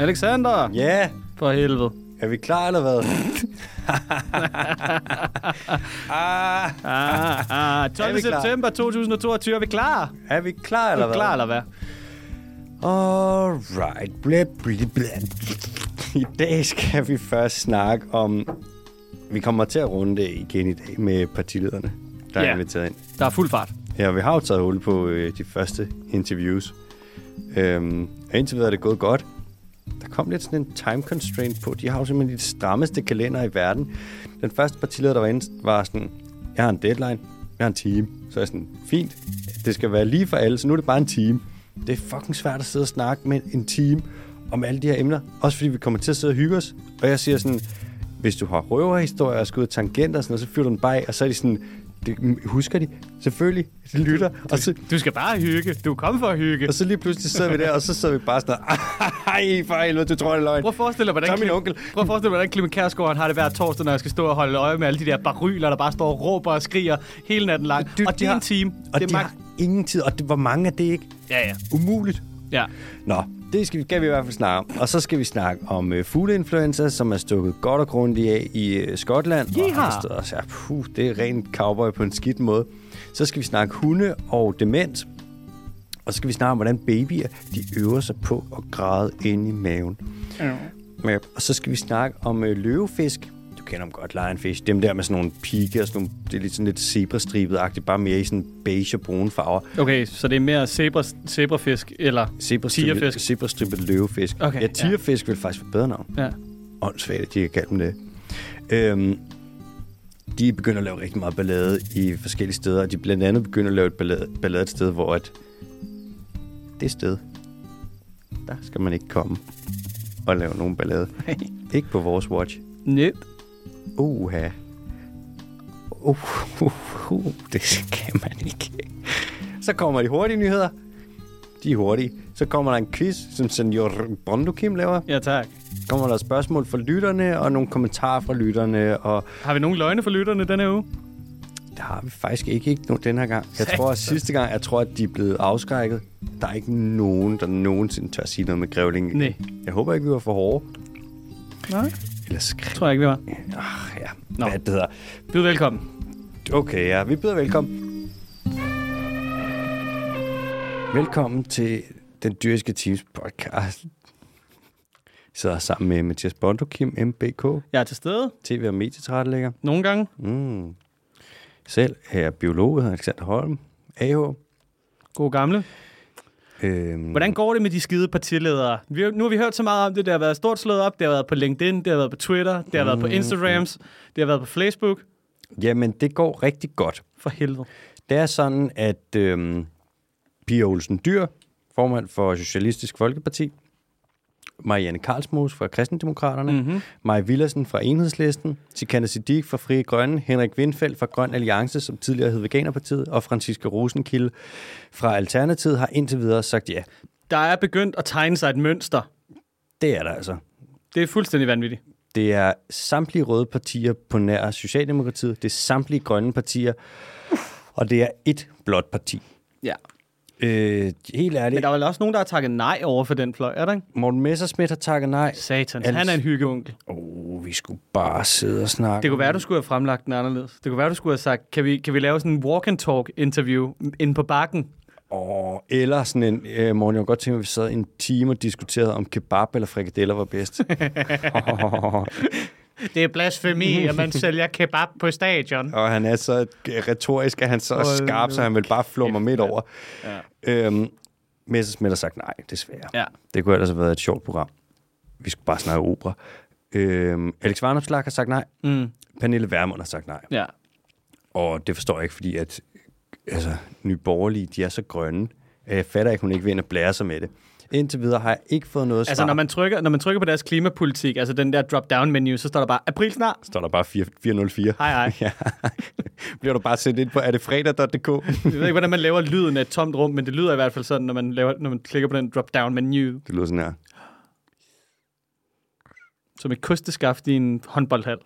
Alexander! Ja, For helvede. er vi klar eller hvad? ah, Ah, ah, 12. Er vi klar? september 2022. Er vi klar? Er er vi klar eller vi hvad? klar, eller hvad? Alright. Blæ, blæ, blæ. I dag skal vi først snakke om... Vi kommer til at runde det igen i dag med partilederne, der Ja. er inviteret ind. Der er fuld fart. Ja, vi har jo taget hul på øh, de første interviews. Øhm, og indtil videre er det gået godt. Der kom lidt sådan en time constraint på. De har jo simpelthen de strammeste kalender i verden. Den første partileder, der var inde, var sådan, jeg har en deadline, jeg har en time. Så er jeg sådan, fint, det skal være lige for alle, så nu er det bare en time. Det er fucking svært at sidde og snakke med en time om alle de her emner. Også fordi vi kommer til at sidde og hygge os. Og jeg siger sådan, hvis du har røverhistorier og skal ud af tangenter og sådan noget, så fyrer du den bare af, og så er de sådan, det husker de, selvfølgelig, de lytter, og så, Du skal bare hygge. Du er kommet for at hygge. og så lige pludselig sidder vi der, og så sidder vi bare sådan, ej, for helvede, du tror, det er løgn. Prøv at forestille dig, hvordan, Så er min Clem- onkel. Prøv at forestille dig, hvordan Clement Kærsgaard han har det hver torsdag, når jeg skal stå og holde øje med alle de der baryler, der bare står og råber og skriger hele natten lang. Du- og det er en time. Og det det er de har ingen tid, og det, hvor mange er det ikke? Ja, ja. Umuligt. ja. Nå, det skal vi, skal vi i hvert fald snakke om. Og så skal vi snakke om øh, fugleinfluenza, som er stukket godt og grundigt af i øh, Skotland. Og Yeehaw. andre steder. Og så, ja, puh, det er rent cowboy på en skidt måde. Så skal vi snakke hunde og demens. Og så skal vi snakke om, hvordan babyer de øver sig på at græde ind i maven. Ja. Og så skal vi snakke om øh, løvefisk. Du kender dem godt, lionfish. Dem der med sådan nogle pigge og sådan nogle, det er lidt sådan lidt zebrastribet-agtigt, bare mere i sådan beige og brune farver. Okay, så det er mere zebra, zebrafisk eller Zebrastrippet, tigerfisk. zebrastrippet løvefisk. Okay, ja, tigerfisk ja. vil faktisk være bedre navn. Ja. Åndssvagt, at de kan kalde dem det. Øhm, de begynder at lave rigtig meget ballade i forskellige steder, og de blandt andet begynder at lave et ballade, ballade et sted, hvor at det sted, der skal man ikke komme og lave nogen ballade. ikke på vores watch. Yep. Uha. Uh, uh, uh, det skal man ikke. Så kommer de hurtige nyheder. De er hurtige. Så kommer der en quiz, som senior Bondo Kim laver. Ja, tak. Kommer der spørgsmål fra lytterne, og nogle kommentarer fra lytterne, og Har vi nogen løgne for lytterne denne uge? det har vi faktisk ikke, ikke nogen den her gang. Jeg tror, at sidste gang, jeg tror, at de er blevet afskrækket. Der er ikke nogen, der nogensinde tør sige noget med grævling. Nej. Jeg håber ikke, vi var for hårde. Nej. Eller skræk. Tror jeg ikke, vi var. Ah, ja. Nå. Hvad det hedder. Byd velkommen. Okay, ja. Vi byder velkommen. Velkommen til Den Dyriske Teams podcast. Jeg sidder sammen med Mathias Bondo, Kim MBK, Jeg er til stede TV- og medietrætlægger. nogle gange. Mm. Selv er jeg biolog, jeg hedder Alexander Holm, AH. Gode gamle. Øhm, Hvordan går det med de skide partiledere? Vi, har- nu har vi hørt så meget om det. Det har været stort slået op. Det har været på LinkedIn. Det har været på Twitter. Det har været på Instagrams. Det har været på Facebook. Jamen, det går rigtig godt. For helvede. Det er sådan, at øhm, Pia Olsen Dyr, formand for Socialistisk Folkeparti, Marianne Karlsmose fra Kristendemokraterne, Mhm. mm-hmm. Maja Villersen fra Enhedslisten, Sikanda Siddiq fra Frie Grønne, Henrik Windfeldt fra Grøn Alliance, som tidligere hed Veganerpartiet, og Franziska Rosenkilde fra Alternativet, har indtil videre sagt ja. Der er begyndt at tegne sig et mønster. Det er der altså. Det er fuldstændig vanvittigt. Det er samtlige røde partier på nær Socialdemokratiet, det er samtlige grønne partier, og det er et blåt parti. Ja. Øh, helt ærligt, Men der er vel også nogen, der har takket nej over for den fløj, er der ikke? Morten Messerschmidt har takket nej. Satan, Alt- han er en hyggeonkel. Oh, vi skulle bare sidde og snakke. Det kunne være, du skulle have fremlagt den anderledes. Det kunne være, du skulle have sagt, kan vi, kan vi lave sådan en walk and talk interview inde på bakken? Åh, eller sådan en, øh, Morten, jeg kunne godt tænke mig, at vi sad en time og diskuterede, om kebab eller frikadeller var bedst. Det er blasfemi, at man sælger kebab på stadion. og han er så retorisk, at han så er Hold skarp, nu så han vil bare flå mig midt over. Ja. Øhm, Messerschmidt har sagt nej, desværre. Ja. Det kunne ellers have været et sjovt program. Vi skulle bare snakke opera. Øhm, Alex Varnopslag har sagt nej. Mm. Pernille Vermund har sagt nej. Ja. Og det forstår jeg ikke, fordi at altså, Nye Borgerlige, de er så grønne. at Jeg fatter ikke, hun ikke vil ind og blære sig med det. Indtil videre har jeg ikke fået noget Altså, svar. når man, trykker, når man trykker på deres klimapolitik, altså den der drop-down-menu, så står der bare, april snart. Står der bare 4- 404. Hej, hej. Ja. Bliver du bare sendt ind på erdetfredag.dk? Jeg ved ikke, hvordan man laver lyden af et tomt rum, men det lyder i hvert fald sådan, når man, laver, når man klikker på den drop-down-menu, Det lyder sådan her. som et kosteskaft i en håndboldhal.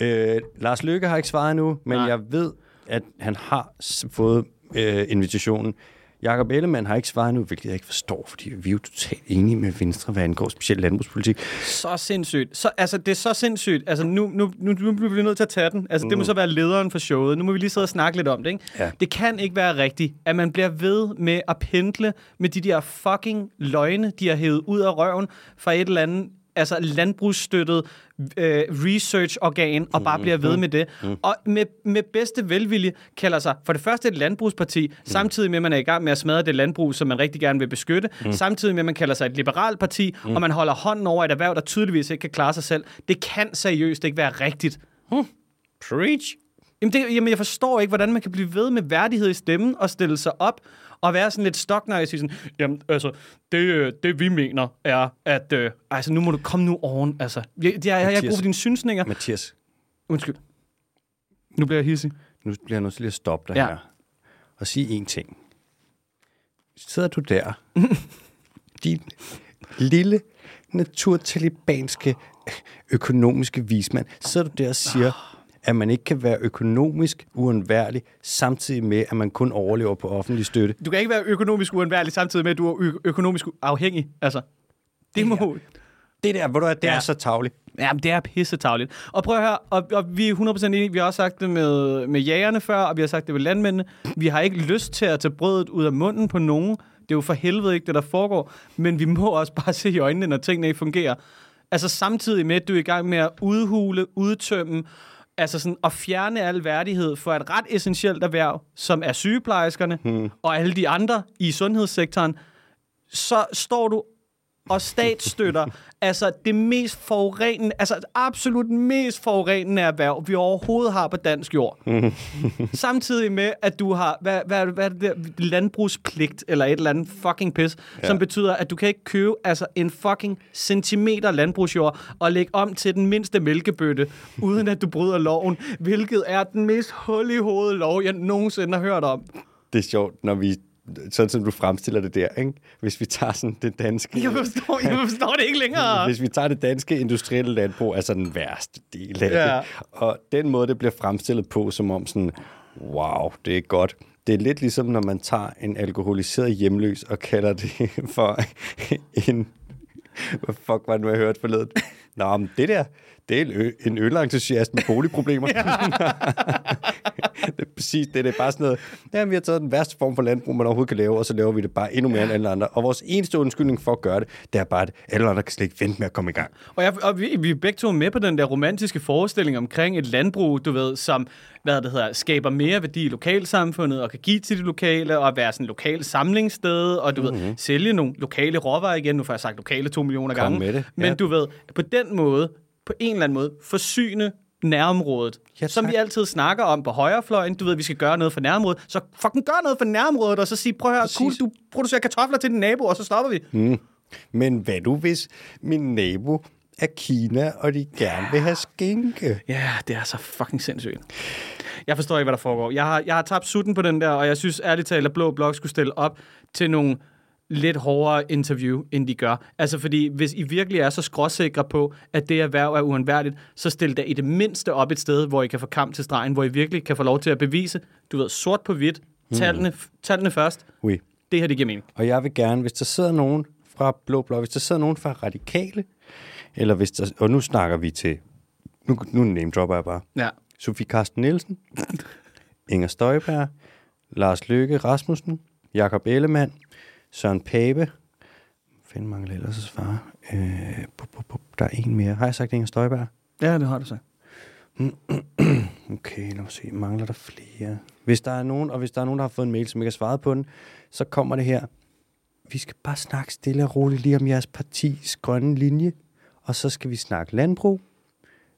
Øh, Lars Løkke har ikke svaret endnu, men Nej. jeg ved, at han har s- fået øh, invitationen. Jakob Ellemann har ikke svaret nu, hvilket jeg ikke forstår, fordi vi er jo totalt enige med Venstre, hvad angår specielt landbrugspolitik. Så sindssygt. Så, altså, det er så sindssygt. Altså, nu, nu, nu, nu bliver vi nødt til at tage den. Altså, det må så være lederen for showet. Nu må vi lige sidde og snakke lidt om det, ikke? Ja. Det kan ikke være rigtigt, at man bliver ved med at pendle med de der fucking løgne, de har hævet ud af røven fra et eller andet altså landbrugsstøttet øh, research-organ, og bare bliver ved med det. Og med, med bedste velvilje kalder sig for det første et landbrugsparti, samtidig med, at man er i gang med at smadre det landbrug, som man rigtig gerne vil beskytte, samtidig med, at man kalder sig et liberalt parti, og man holder hånden over et erhverv, der tydeligvis ikke kan klare sig selv. Det kan seriøst ikke være rigtigt. Preach! Jamen, det, jamen, jeg forstår ikke, hvordan man kan blive ved med værdighed i stemmen og stille sig op og være sådan lidt stoknøje og sige sådan, jamen, altså, det, øh, det vi mener er, at, øh, altså, nu må du komme nu oven, altså. Jeg, jeg, jeg, jeg har ikke brug for dine synsninger. Mathias, Undskyld. Nu bliver jeg hissig. nu bliver jeg nødt til lige at stoppe dig Ja. ja. her og sige én ting. Sidder du der, din lille naturtalibanske økonomiske vismand, sidder du der og Ah. siger, at man ikke kan være økonomisk uundværlig, samtidig med, at man kun overlever på offentlig støtte. Du kan ikke være økonomisk uundværlig, samtidig med, at du er ø- økonomisk afhængig, altså. Det må... Det der, hvor du er, det ja. Ja. er så tavligt. Ja, men det er pissetavligt. Og prøv at høre, og, og vi er 100% enige, vi har også sagt det med, med jægerne før, og vi har sagt det med landmændene. Vi har ikke lyst til at tage brødet ud af munden på nogen. Det er jo for helvede ikke det, der foregår. Men vi må også bare se i øjnene, når tingene ikke fungerer. Altså samtidig med, at du er i gang med at udhule, udtømme, altså sådan at fjerne al værdighed for et ret essentielt erhverv, som er sygeplejerskerne hmm. og alle de andre i sundhedssektoren, så står du og statsstøtter, altså det mest forurenende, altså det absolut mest forurenende erhverv, vi overhovedet har på dansk jord. Samtidig med, at du har, hvad, hvad, hvad er det der, landbrugspligt, eller et eller andet fucking pis, ja. som betyder, at du kan ikke købe altså en fucking centimeter landbrugsjord og lægge om til den mindste mælkebøtte, uden at du bryder loven, hvilket er den mest hul i hovedet lov, jeg nogensinde har hørt om. Det er sjovt, når vi sådan som du fremstiller det der, ikke? Hvis vi tager sådan det danske... Jeg forstår, jeg forstår det ikke længere. Hvis vi tager det danske industrielle landbrug, altså den værste del af ja. Ja. det. Og den måde, det bliver fremstillet på, som om sådan, wow, det er godt. Det er lidt ligesom, når man tager en alkoholiseret hjemløs og kalder det for en... Hvad fuck var det nu, jeg hørte forleden? Nå, men det der, det er en, ø- en ølentusiast med boligproblemer. det er præcis det. Det er bare sådan noget, jamen, vi har taget den værste form for landbrug, man overhovedet kan lave, og så laver vi det bare endnu mere end alle andre. Og vores eneste undskyldning for at gøre det, det er bare, at alle andre kan slet ikke vente med at komme i gang. Og, jeg, og vi, vi er begge to med på den der romantiske forestilling omkring et landbrug, du ved, som hvad det hedder, skaber mere værdi i lokalsamfundet og kan give til de lokale og være sådan et lokalt samlingssted og du mm-hmm. ved, sælge nogle lokale råvarer igen. Nu får jeg sagt lokale to millioner Mhm. Kom gange. med det. Men Ja. du ved, på den måde, på en eller anden måde, forsyne nærområdet, Ja, ja, som tak. vi altid snakker om på højrefløjen. Du ved, vi skal gøre noget for nærområdet. Så fucking gør noget for nærområdet, og så sig, prøv at høre, cool, du producerer kartofler til din nabo, og så stopper vi. Men hvad nu, hvis min nabo er Kina, og de gerne vil have skinke? Ja, det er så fucking sindssygt. Jeg forstår ikke, hvad der foregår. Jeg har, jeg har tabt sutten på den der, og jeg synes ærligt talt, at Blå Blok skulle stille op til nogle lidt hårdere interview, end de gør. Altså fordi, hvis I virkelig er så skråsikre på, at det erhverv er uundværligt, så stil da i det mindste op et sted, hvor I kan få kamp til stregen, hvor I virkelig kan få lov til at bevise, du ved, sort på hvidt, tallene, tallene først, Oui. det her, det giver mening. Og jeg vil gerne, hvis der sidder nogen fra Blå Blok, hvis der sidder nogen fra Radikale, eller hvis der, og nu snakker vi til, nu, nu name-dropper jeg bare, Ja. Sofie Karsten Nielsen, Inger Støjberg, Lars Løkke Rasmussen, Jakob Ellemann, Søren Pape, Hvad fanden mangler ellers at svare? Øh, bup, bup, bup, der er en mere. Har jeg sagt Inger Støjberg? Ja, det har du sagt. Okay, lad mig se. Mangler der flere? Hvis der er nogen, og hvis der er nogen, der har fået en mail, som ikke har svaret på den, så kommer det her. Vi skal bare snakke stille og roligt lige om jeres partis grønne linje, og så skal vi snakke landbrug,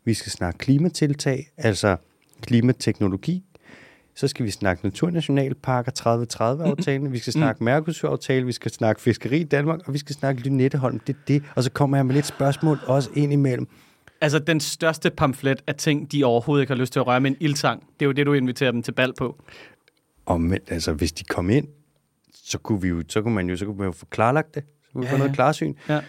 vi skal snakke klimatiltag, altså klimateknologi, så skal vi snakke naturnationalparker 30-30-aftalen, vi skal snakke Mercosur-aftale, vi skal snakke fiskeri i Danmark, og vi skal snakke Lynetteholm, det er det. Og så kommer jeg med lidt spørgsmål også ind imellem. Altså, den største pamflet af ting, de overhovedet ikke har lyst til at røre med en ildtang, det er jo det, du inviterer dem til bal på. Og men, altså, hvis de kom ind, så kunne, vi jo, så kunne man jo, så kunne man jo få klarlagt det. Så kunne vi ja, få Ja, noget ja. klarsyn. Ja.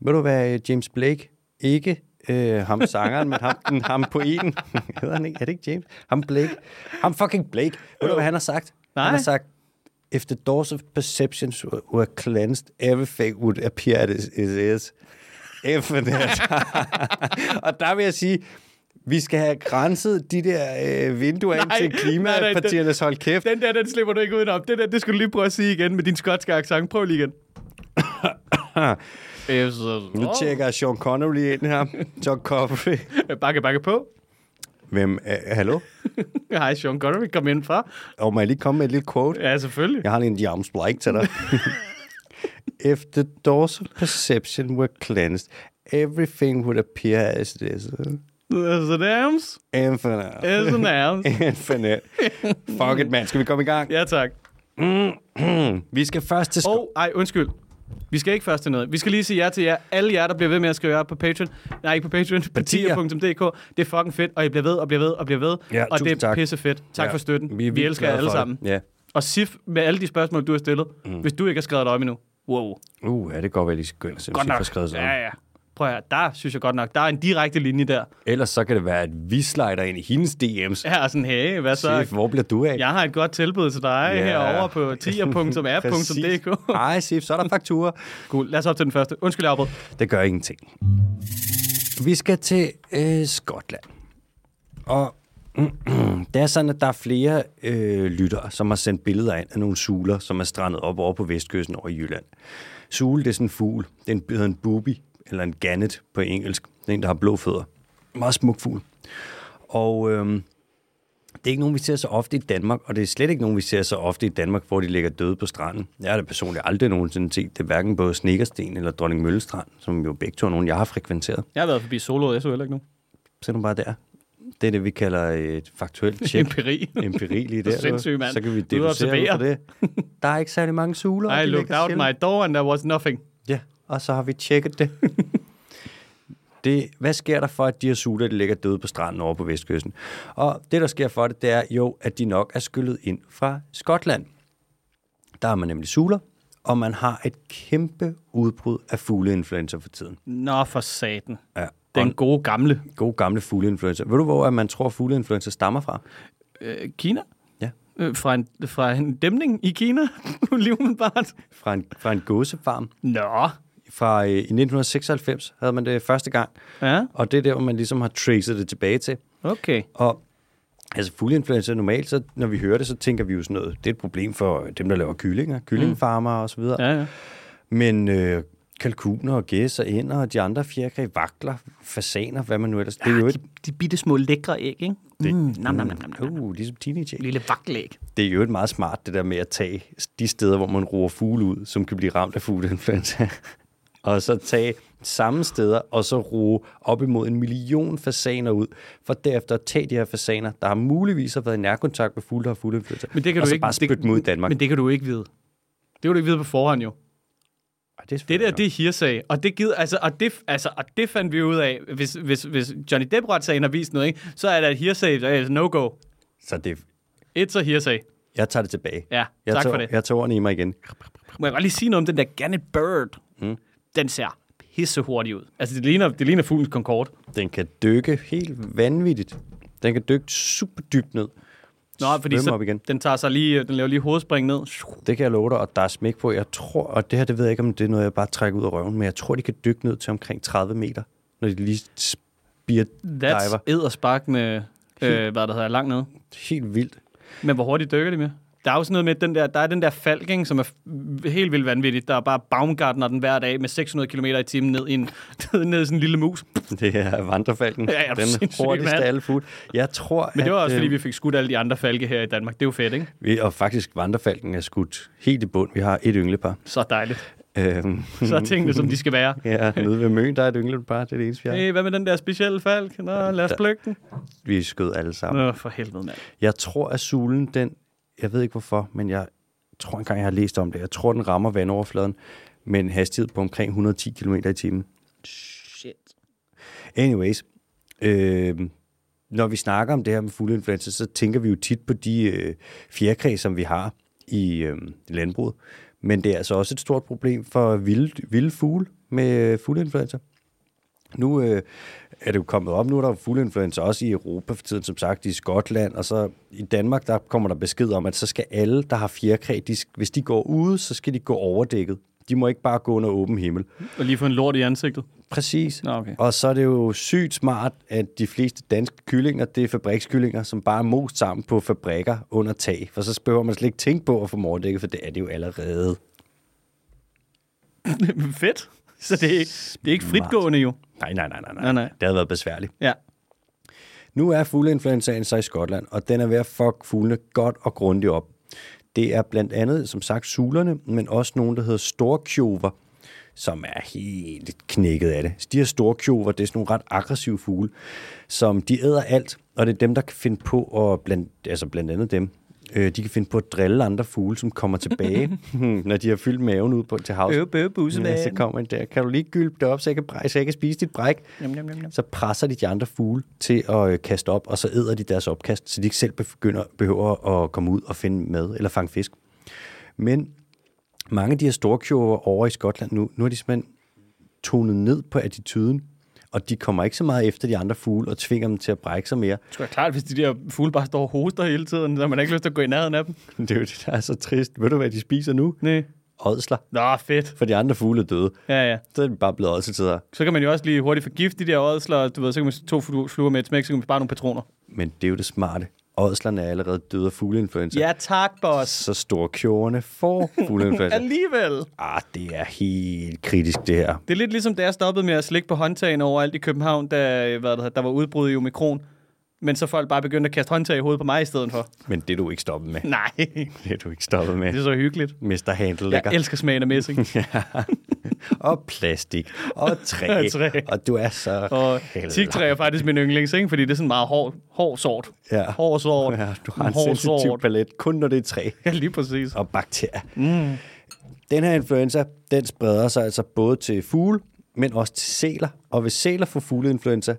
Ved du hvad, øh, James Blake, ikke øh, ham sangeren, men ham, den, ham poeten. Hedder han ikke? Er det ikke James? Ham Blake. Ham fucking Blake. Ved du, hvad han har sagt? Nej. Han har sagt, If the doors of perceptions were, were cleansed, everything would appear as it is. Infinite. og der vil jeg sige, vi skal have grænset de der øh, vinduer ind Nej, nej, til nej, det- klimapartiernes hold kæft. Den der, den slipper du ikke udenom. Det, der, det skulle du lige prøve at sige igen med din skotske accent. Prøv lige igen. Nu tjekker jeg Sean Connery ind her. Sean Connery. Øh, Bakke, bakke på. Hvem? er- Hallo? Hej, Sean Connery. Kom ind fra. Og må jeg lige komme med et lille quote? Ja, selvfølgelig. Jeg har lige en jams blank til dig. If the doors of perception were cleansed, everything would appear as it is. As it ams, Infinite. as it ams. Infinite. Fuck it, man. Skal vi komme i gang? Ja, tak. Vi skal først til... Og, ej, undskyld. Vi skal ikke først til noget. Vi skal lige sige ja til jer. Alle jer, der bliver ved med at skrive jer op på Patreon. Nej, ikke på Patreon. På Partier. tier.dk. Det er fucking fedt, og I bliver ved og bliver ved og bliver ved. Ja, og det er tusind tak. pisse fedt. Tak Ja, for støtten. Vi, er vi vildt elsker jer glade alle for det. sammen. Ja. Og Sif, med alle de spørgsmål, du har stillet, mm. hvis du ikke har skrevet dig op endnu. Wow. Uh, ja, det kan godt være, at lige skal gå ind og se, hvis Godt vi får skrevet nok. sådan. Ja, ja. Prøv at høre, der synes jeg godt nok, der er en direkte linje der. Ellers så kan det være, at vi slider ind i hendes DM's. Ja, og sådan, hey, hvad så? Chef, hvor bliver du af? Jeg har et godt tilbud til dig Ja. yeah. herovre på tier.app.dk. Præcis. Hej, Sif, så er der fakturer. Cool, lad os op til den første. Undskyld, jeg afbrød. Det gør ingenting. Vi skal til øh, Skotland. Og det er sådan, at der er flere øh, lyttere, som har sendt billeder ind af nogle suler, som er strandet op over på vestkysten over i Jylland. Sule, det er sådan en fugl. Det er en, hedder en booby, eller en gannet på engelsk. Det er en, der har blå fødder. Meget smuk fugl. Og øh, det er ikke nogen, vi ser så ofte i Danmark, og det er slet ikke nogen, vi ser så ofte i Danmark, hvor de ligger døde på stranden. Jeg har det personligt aldrig nogensinde set. Det er hverken på Snekersten eller Dronning Møllestrand, som jo begge to er nogen, jeg har frekventeret. Jeg har været forbi solo, jeg så heller ikke nu. Se nu bare der. Det er det, vi kalder et faktuelt tjek. Empiri. Empiri lige Det er der. sindssygt, mand. Så kan vi Du er deducere observerer. ud fra det. Der er ikke særlig mange suler. og I de looked ligger out sjældent. my door, and there was nothing. Ja, og så har vi tjekket det. det. Hvad sker der for, at de her suler de ligger døde på stranden over på vestkysten? Og det, der sker for det, det er jo, at de nok er skyllet ind fra Skotland. Der er man nemlig suler, og man har et kæmpe udbrud af fugleinfluenza for tiden. Nå, for satan. Ja, Den gode gamle. god gamle fugleinfluenza. Ved du, hvor at man tror, at fugleinfluenza stammer fra? Øh, Kina? Ja. Øh, fra, en, fra en dæmning i Kina, lige umiddelbart. Fra en, fra en gåsefarm. Nå. Fra øh, i 1996 havde man det første gang, Ja, og det er der, hvor man ligesom har traced det tilbage til. okay. Og altså fugleinfluenza normalt, så når vi hører det, så tænker vi jo sådan noget, det er et problem for dem, der laver kyllinger, kyllingefarmer og så videre. Ja, ja. Men øh, kalkuner og gæs og ænder og de andre fjerkræ, vakler, fasaner, hvad man nu ellers... det er jo et... Ah, De bitte små lækre æg, ikke? Det, mm, nam, nam, nam, nam, nam. Uh, ligesom teenage Lille vaklæg. Det er jo et meget smart, det der med at tage de steder, hvor man roer fugle ud, som kan blive ramt af fugleinfluenza. og så tage samme steder, og så roe op imod en million fasaner ud, for derefter at tage de her fasaner, der har muligvis har været i nærkontakt med fugle, der har fugleinfluenza, Men det kan og du så ikke- bare det- spytte dem ud i Danmark. Men det kan du ikke vide. Det kan du ikke vide på forhånd, jo. Ej, det, er Det der, selvfølgelig det er hearsay. Og det, gider, altså, og, det, altså, og det fandt vi ud af, hvis, hvis, hvis Johnny Depp-retssagen har vist noget, ikke? så er der et hearsay, der er et no-go. nok. Så det, It's a hearsay. jeg tager det tilbage. Ja, jeg tak tog, for det. Jeg tager ordene i mig igen. Må jeg godt lige sige noget om den der Gannet Bird? Mm. Den ser pisse hurtig ud. Altså, det ligner, det ligner fuglens Concorde. Den kan dykke helt vanvittigt. Den kan dykke super dybt ned. Nå, fordi Svømme så, op igen. den tager sig lige, den laver lige hovedspring ned. Det kan jeg love dig, og der er smæk på. Jeg tror, og det her, det ved jeg ikke, om det er noget, jeg bare trækker ud af røven, men jeg tror, de kan dykke ned til omkring 30 meter, når de lige spirer diver. That's edderspark med, øh, hvad der hedder, langt ned. Helt vildt. Men hvor hurtigt dykker de med? Der er jo sådan noget med, at den der, der er den der falk, ikke, som er f- helt vildt vanvittigt. Der er bare baumgartner den hver dag med 600 km i timen ned i, en, ned i sådan en lille mus. Det er vandrefalken. Ja, er du den sindssyg, hurtigste mand? af alle fugle. Jeg tror, Men det var at, også, øh, fordi vi fik skudt alle de andre falke her i Danmark. Det er jo fedt, ikke? vi... Og faktisk, vandrefalken er skudt helt i bund. Vi har et ynglepar. Så dejligt. Øhm, Så er tingene, som de skal være. ja, nede ved Møn, der er et ynglepar. Det er det eneste, vi har. Hey, hvad med den der specielle falk? Nå, lad os plukke den. Vi skød alle sammen. Nå, for helvede, mand. Jeg tror, at sulen, den... Jeg ved ikke hvorfor, men jeg tror engang, jeg har læst om det. Jeg tror, den rammer vandoverfladen med en hastighed på omkring 110 km i timen. Shit. Anyways, øh, når vi snakker om det her med fugleinfluenza, så tænker vi jo tit på de øh, fjerkræ, som vi har i øh, landbruget. Men det er altså også et stort problem for vilde, vilde fugle med øh, fugleinfluenza. Nu øh, er det jo kommet op, nu er der jo fugleinfluenza også i Europa for tiden, som sagt, i Skotland, og så i Danmark, der kommer der besked om, at så skal alle, der har fjerkræ, de, sk- hvis de går ude, så skal de gå overdækket. De må ikke bare gå under åben himmel. Og lige få en lort i ansigtet. Præcis. Nå, okay. Og så er det jo sygt smart, at de fleste danske kyllinger, det er fabrikskyllinger, som bare er most sammen på fabrikker under tag. For så behøver man slet ikke tænke på at få mordækket, for det er det jo allerede. Fedt. Så det er, ikke- det er ikke fritgående jo. Nej, nej, nej, nej, nej. Nej, nej. Det havde været besværligt. Ja. Nu er fugleinfluenzaen så i Skotland, og den er ved at fuck fuglene godt og grundigt op. Det er blandt andet, som sagt, sulerne, men også nogen, der hedder storkjover, som er helt knækket af det. Så de her storkjover, det er sådan nogle ret aggressive fugle, som de æder alt, og det er dem, der kan finde på at, blandt, altså blandt andet dem, øh, de kan finde på at drille andre fugle, som kommer tilbage, når de har fyldt maven ud på, til havs. Øv, bøv, bussemand. Ja, så kommer en der. Kan du lige gylpe det op, så jeg kan, bræ- så jeg kan spise dit bræk? Jam, jam, jam, jam. så presser de de andre fugle til at øh, kaste op, og så æder de deres opkast, så de ikke selv begynder, behøver at komme ud og finde mad eller fange fisk. Men mange af de her storkjover over i Skotland nu, nu har de simpelthen tonet ned på attituden, og de kommer ikke så meget efter de andre fugle og tvinger dem til at brække sig mere. Det er klart, hvis de der fugle bare står og hoster hele tiden, så har man ikke lyst til at gå i nærheden af dem. Det er jo det, der er så trist. Ved du, hvad de spiser nu? Nej. Ådsler, Nå, fedt. for de andre fugle er døde. Ja, ja. Så er de bare blevet ådseltider. Så kan man jo også lige hurtigt forgifte de der ådsler, du ved, så kan man to flu- fluer med et smæk, så kan man spare nogle patroner. Men det er jo det smarte. Ådslerne er allerede døde af fugleinfluenza. Ja, tak, boss. Så store kjorene får Altså. fugleinfluenza. Alligevel. Ah, det er helt kritisk, det her. Det er lidt ligesom, da jeg stoppede med at slikke på håndtagene overalt i København, da øh, hvad det hedder, der var udbrud i omikron. Men så folk bare begyndte at kaste håndtag i hovedet på mig i stedet for. Men det er du ikke stoppet med. Nej, Det er du ikke stoppet det med. er så hyggeligt. Mr. Jeg Handlelækker. elsker smagen af messing. Og plastik. Og træ. Og træ. Og du er så... Og heldig. tigtræ er faktisk min yndlings, ikke? fordi det er sådan meget hård, hård sort. Ja. Hård sort. Ja, du har en hård sensitiv sort. palet, kun når det er træ Ja, lige præcis. og bakterier. Mm. Den her influenza, den spreder sig altså både til fugle, men også til sæler. Og hvis sæler får fugleinfluenza,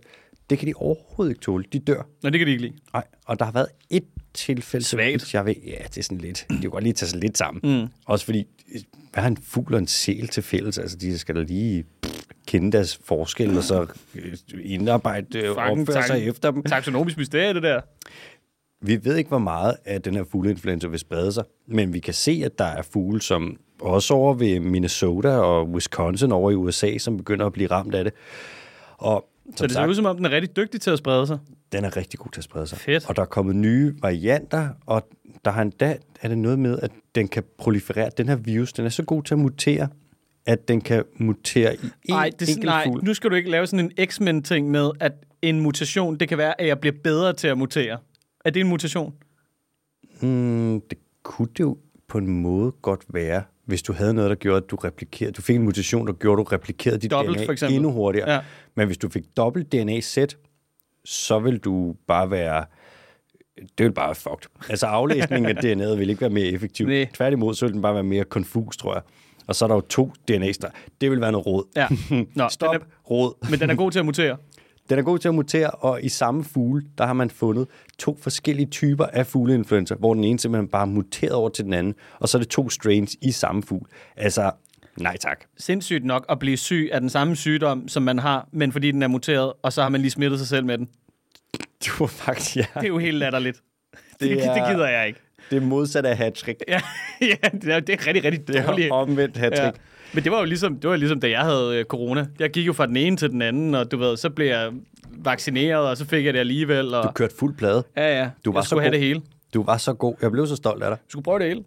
det kan de overhovedet ikke tåle. De dør. Nå, det kan de ikke lide. Nej, og der har været et tilfælde. så Svagt. vidt Jeg ved, ja, det er sådan lidt. Det kan godt lige tage sig lidt sammen. Mm. Også fordi, øh, hvad har en fugl og en sæl til fælles? Altså, de skal da lige pff, kende deres forskel, og så øh, indarbejde øh, opføre sig efter dem. Taksonomisk mysterie, det der. Vi ved ikke, hvor meget af den her fugleinfluenza vil sprede sig, men vi kan se, at der er fugle, som også over ved Minnesota og Wisconsin over i USA, som begynder at blive ramt af det. Og Så som det ser sagt, ud som om, den er rigtig dygtig til at sprede sig. den er rigtig god til at sprede sig. Fedt. Og der er kommet nye varianter, og der har endda, er det noget med, at den kan proliferere. Den her virus, den er så god til at mutere, at den kan mutere i én Nej, det er sådan, enkelt nej, fugl. nu skal du ikke lave sådan en X-Men-ting med, at en mutation, det kan være, at jeg bliver bedre til at mutere. Er det en mutation? Mm, det kunne det jo på en måde godt være, hvis du havde noget, der gjorde, at du replikerede. Du fik en mutation, der gjorde, at du replikerede dit Dobbelt, DNA for eksempel. endnu hurtigere. Ja. Men hvis du fik dobbelt DNA-sæt, så vil du bare være... Det ville bare være fucked. Altså aflæsningen af DNA'et vil ikke være mere effektiv. Næ. Tværtimod, så vil den bare være mere konfus, tror jeg. Og så er der jo to DNA's der. Det vil være noget råd. Ja. Nå, Stop, Den råd. er, men den er god til at mutere. Den er god til at mutere, og i samme fugle, der har man fundet to forskellige typer af fugleinfluenza, hvor den ene simpelthen bare er muteret over til den anden, og så er det to strains i samme fugl. Altså, nej tak. Sindssygt nok at blive syg af den samme sygdom, som man har, men fordi den er muteret, og så har man lige smittet sig selv med den. Det var faktisk, ja. Det er jo helt latterligt. Det, Det det, er- det gider jeg ikke. Det er modsat af hat Ja, ja det, er, det er rigtig, rigtig Det dårligt. er omvendt hat Ja. Men det var jo ligesom, det var ligesom, da jeg havde øh, corona. Jeg gik jo fra den ene til den anden, og du ved, så blev jeg vaccineret, og så fik jeg det alligevel. Og... Du kørte fuld plade. Ja, ja. Du Du var jeg så skulle have god. det hele. Du Du var så god. Jeg blev så stolt af dig. skulle prøve det hele.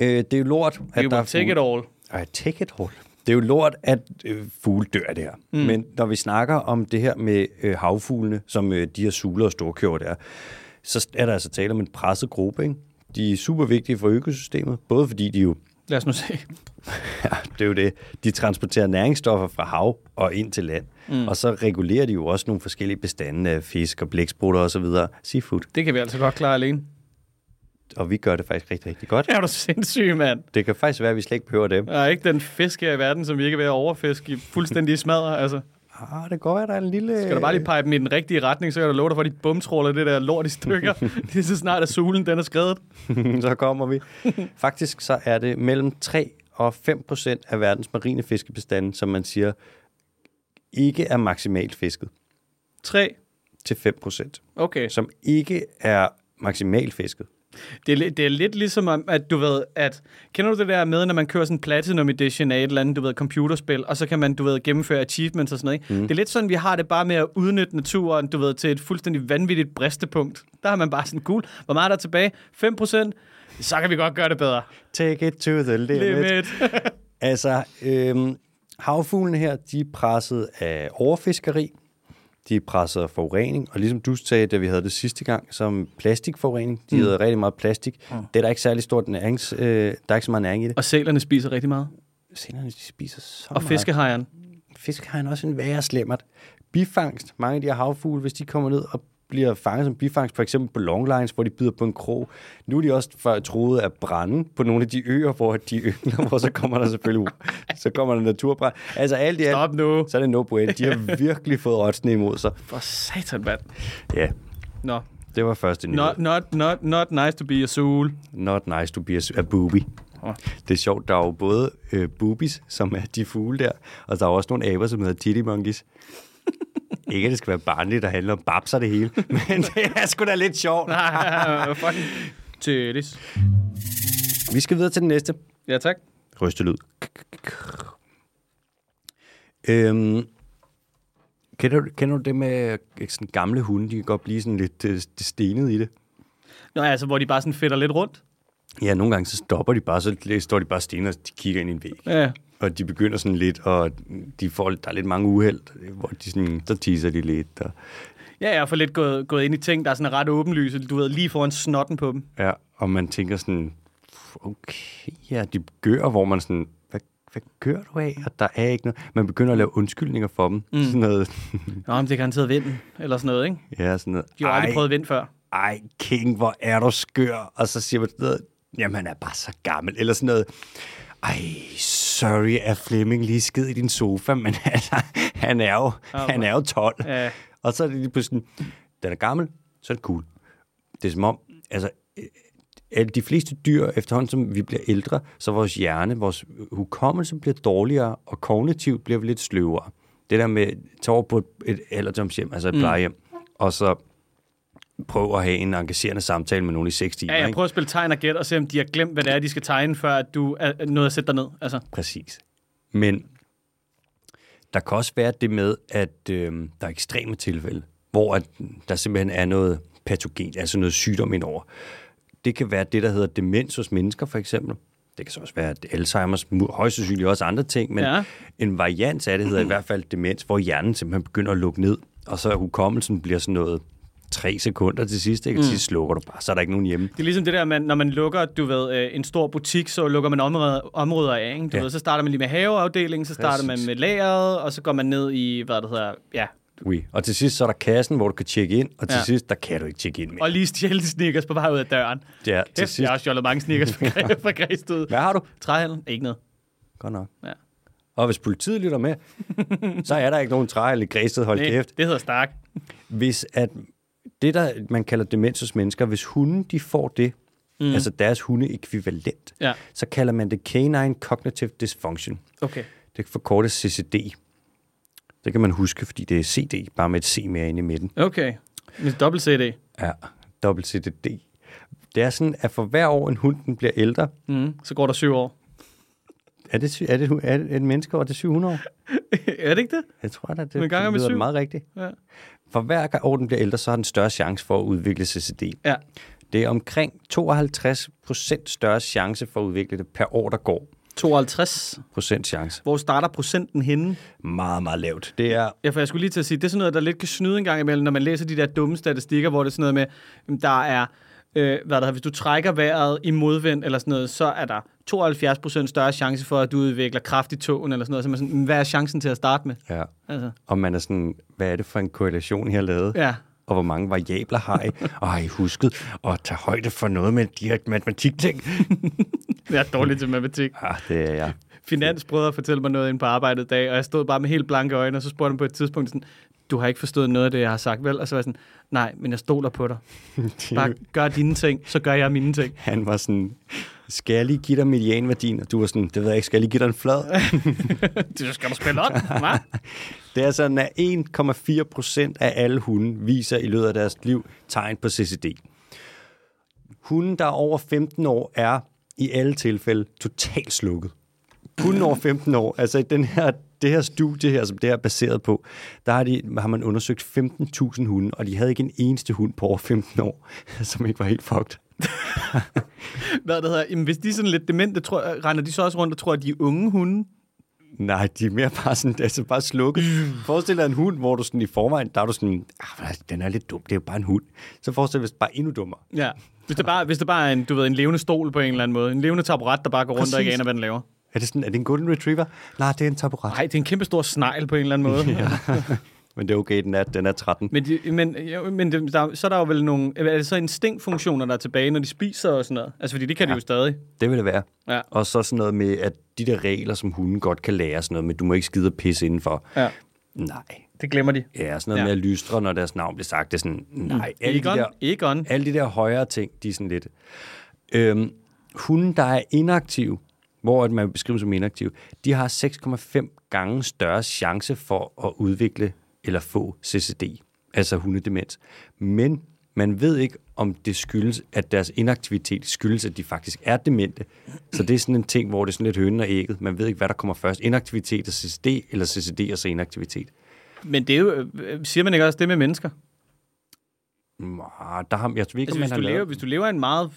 Øh, det er jo lort, at You der er will take it all. Ej, take it all. Det er jo lort, at øh, fugle dør der. Mm. Men når vi snakker om det her med øh, havfuglene, som øh, de her suler og storkjord der, så er der altså tale om en presset gruppe. Ikke? De er super vigtige for økosystemet, både fordi de jo, Lad os nu se. ja, det er jo det, de transporterer næringsstoffer fra hav og ind til land. Mm. Og så regulerer de jo også nogle forskellige bestande af fisk og blæksprutter og så videre. Seafood. Det kan vi altså godt klare alene. Og vi gør det faktisk rigtig, rigtig godt. Er du sindssyg, mand? Det kan faktisk være, at vi slet ikke behøver dem. Der er ikke den fisk her i verden, som vi ikke er ved at overfiske i fuldstændig smadre. Altså, Ah, det går, at der er en lille... skal du bare lige pege dem i den rigtige retning, så kan du love dig for, at de bumtråler det der lort i stykker. Lige så snart at solen den er skredet. så kommer vi. Faktisk så er det mellem 3 og 5 procent af verdens marine fiskebestande, som man siger, ikke er maksimalt fisket 3. til 5%, Okay. som ikke er maksimalt fisket. Det er, li- det er lidt ligesom, om, at du ved, at... Kender du det der med, når man kører sådan en Platinum Edition af et eller andet, du ved, computerspil, og så kan man, du ved, gennemføre achievements og sådan noget, ikke? Mm. Det er lidt sådan, vi har det bare med at udnytte naturen, du ved, til et fuldstændig vanvittigt bristepunkt. Der har man bare sådan, cool, hvor meget er der tilbage? 5%? Så kan vi godt gøre det bedre. Take it to the limit. Limit. Altså, øhm, havfuglene her, de er presset af overfiskeri, de er presset af forurening, og ligesom du sagde, da vi havde det sidste gang, som plastikforurening, Mm. de hedder rigtig meget plastik. Mm. Det er der ikke særlig stort nærings, øh, der er ikke så meget næring i det. og sælerne spiser rigtig meget. Sælerne, de spiser så Og meget. fiskehejeren. Fisk har en også en værre slemmert. Bifangst, mange af de her havfugle, hvis de kommer ned og bliver fanget som bifangst, for eksempel på longlines, hvor de bider på en krog. Nu er de også for, troet af brænde på nogle af de øer, hvor de yngler, hvor så kommer der selvfølgelig så kommer der naturbrand. Altså alt i alt, Stop nu. så er det no bueno. De har virkelig fået rotsene imod sig. For satan, mand. Ja, Nå. det var første nyhed. Not, not, not, not nice to be a soul. Not nice to be a, a booby. Åh. Det er sjovt, der er jo både øh, boobies, som er de fugle der, og der er også nogle aber, som hedder titty monkeys. Ikke, at det skal være barnligt, der handler om babser det hele, men det er sgu da lidt sjovt. Ah, fucking titties. Vi skal videre til den næste. Ja, tak. Rystelyd. Øhm, kender, du, kender du det med øh, sådan gamle hunde, de kan godt blive sådan lidt øh, stenet i det? Nå, altså, hvor de bare sådan fedter lidt rundt. Ja, nogle gange så stopper de bare, så står de bare stenet, og de kigger ind i en væg. Ja. Og de begynder sådan lidt, og de får, der er lidt mange uheld, hvor de sådan, så teaser de lidt. Og, Ja, jeg er for lidt gået, gået ind i ting, der er sådan ret åbenlyse. Du ved, lige foran snotten på dem. ja, og man tænker sådan, okay, ja, de gør, hvor man sådan, hvad, hvad gør du af? Og der er ikke noget. Man begynder at lave undskyldninger for dem. Mm. Sådan noget, Nå, men det er garanteret vinden, eller sådan noget, ikke? ja, sådan noget. De har jo aldrig "Ej, prøvet vind før. ej, King, hvor er du skør. Og så siger man sådan noget, jamen han er bare så gammel, eller sådan noget. Ej, sorry, er Flemming lige skid i din sofa, men altså, han er jo, han er jo 12. Ja. Og så er det lige pludselig, sådan, den er gammel, så er det cool. Det er som om, altså, øh, alle de fleste dyr, efterhånden som vi bliver ældre, så vores hjerne, vores hukommelse bliver dårligere, og kognitivt bliver vi lidt sløvere. Det der med, tage over på et, et alderdomshjem, altså et mm. plejehjem, og så prøve at have en engagerende samtale med nogen i 6 timer. Ja, jeg ikke? prøver at spille tegn og gæt, og se, om de har glemt, hvad det er, de skal tegne, før at du er noget at sætte dig ned. Altså, Præcis. Men der kan også være det med, at øh, der er ekstreme tilfælde, hvor at der simpelthen er noget patogen, altså noget sygdom indover. Det kan være det, der hedder demens hos mennesker, for eksempel. Det kan så også være at Alzheimer's, mu- højst sandsynligt også andre ting, men Ja. ja. en variant af det hedder i hvert fald demens, hvor hjernen simpelthen begynder at lukke ned, og så hukommelsen bliver sådan noget tre sekunder til sidst, ikke? Og til sidst slukker du bare, så er der ikke nogen hjemme. det er ligesom det der, man, når man lukker, du ved, øh, en stor butik, så lukker man områder, områder af, ikke? Du ja. Ja. ved, så starter man lige med haveafdelingen, så starter man Præcis. med lageret, og så går man ned i, hvad det hedder, ja, Oui. Og til sidst så er der kassen, hvor du kan tjekke ind, og til Ja. ja. sidst, der kan du ikke tjekke ind mere. og lige stjæle de sneakers på vej ud af døren. Ja, til Kæft, jeg sidst. har også stjålet mange sneakers fra, Gre- fra Græsted. Hvad har du? Træhandel? Ikke noget. Godt nok. Ja. Og hvis politiet lytter med, så er der ikke nogen træ eller græsted, hold Nej, kæft. Det hedder Stark. Hvis at det, der man kalder demens hos mennesker, hvis hunden de får det, mm. altså deres hunde-ekvivalent, Ja. så kalder man det canine cognitive dysfunction. Okay. Det forkortes CCD. Det kan man huske, fordi det er CD, bare med et C mere inde i midten. Okay. Med dobbelt CD. Ja, dobbelt CDD. Det er sådan, at for hver år en hund den bliver ældre, Mm. Så går der syv år. er det, sy- er det, er det et menneske over det 700 år? er det ikke det? Jeg tror da, det, Men det ganger med lyder syv. meget rigtigt. Ja. For hver gang år den bliver ældre, så har den større chance for at udvikle CCD. Ja. Det er omkring 52 procent større chance for at udvikle det per år, der går. 52. Procent chance. Hvor starter procenten henne? Meget, meget lavt. Det er... Ja, for jeg skulle lige til at sige, det er sådan noget, der lidt kan snyde en gang imellem, når man læser de der dumme statistikker, hvor det er sådan noget med, jamen, der er, øh, hvad der hvis du trækker vejret i modvind eller sådan noget, så er der 72% større chance for, at du udvikler kraft i tåen eller sådan noget. Så man er sådan, hvad er chancen til at starte med? Ja. Altså, Og man er sådan, hvad er det for en korrelation, jeg har lavet? ja. Og hvor mange variabler har I? Og har I husket at tage højde for noget med de her matematikting? Jeg er dårlig til matematik. Ah, det er jeg. Finans prøvede at fortælle mig noget inde på arbejdet i dag, og jeg stod bare med helt blanke øjne, og så spurgte han på et tidspunkt sådan, du har ikke forstået noget af det, jeg har sagt, vel? Og så var jeg sådan, nej, men jeg stoler på dig. Bare gør dine ting, så gør jeg mine ting. Han var sådan, skal jeg lige give dig medianværdien? Og du var sådan, det ved jeg ikke, skal jeg lige give dig en flad? det skal du spille op, hva? Det er sådan, at 1,4 procent af alle hunde viser i løbet af deres liv tegn på CCD. Hunden, der er over 15 år, er i alle tilfælde totalt slukket. Hunden over 15 år, altså i den her, det her studie her, som det her er baseret på, der har, de, har man undersøgt 15.000 hunde, og de havde ikke en eneste hund på over 15 år, som ikke var helt fucked. Hvad det hedder? Jamen, hvis de er sådan lidt demente, tror, jeg- render de så også rundt og tror, at de er unge hunde? Nej, de er mere bare sådan, altså bare slukket. Forestil dig en hund, hvor du sådan i forvejen, der er du sådan, "Ah, men altså, den er lidt dum, det er jo bare en hund. Så forestil dig, hvis det bare er endnu dummere. Ja. Hvis det bare, hvis det bare er en, du ved, en levende stol på en eller anden måde. En levende taburet, der bare går rundt Præcis. og ikke Præcis. aner, hvad den laver. Er det sådan, er det en golden retriever? Nej, det er en taburet. Nej, det er en kæmpe stor snegl på en eller anden måde. Ja. Men det er okay, den er, den er 13. Men, de, men, jo, men det, der, så er der jo vel nogle... Er det så instinktfunktioner, der er tilbage, når de spiser og sådan noget? Altså, fordi det kan ja. de jo stadig. Det vil det være. Ja. Og så sådan noget med, at de der regler, som hunden godt kan lære, sådan noget med, du må ikke skide og pisse indenfor. Ja. Nej. Det glemmer de. Ja, sådan noget Ja. Mm. ja. med at lystre, når deres navn bliver sagt. Det er sådan, nej. Alle de Egon, der, Egon. alle de der højere ting, de er sådan lidt... Øhm, hunde, der er inaktive, hvor at man beskriver som inaktive, de har 6,5 gange større chance for at udvikle eller få CCD, altså hundedemens. Men man ved ikke, om det skyldes, at deres inaktivitet skyldes, at de faktisk er demente. Så det er sådan en ting, hvor det er sådan lidt hønen og ægget. Man ved ikke, hvad der kommer først. Inaktivitet og CCD, eller CCD og så inaktivitet. Men det er jo, øh, siger man ikke også det med mennesker? Mm, ah, Der har, jeg ved ikke, Altså, om man hvis har du, lever, lavet... hvis du lever i en meget...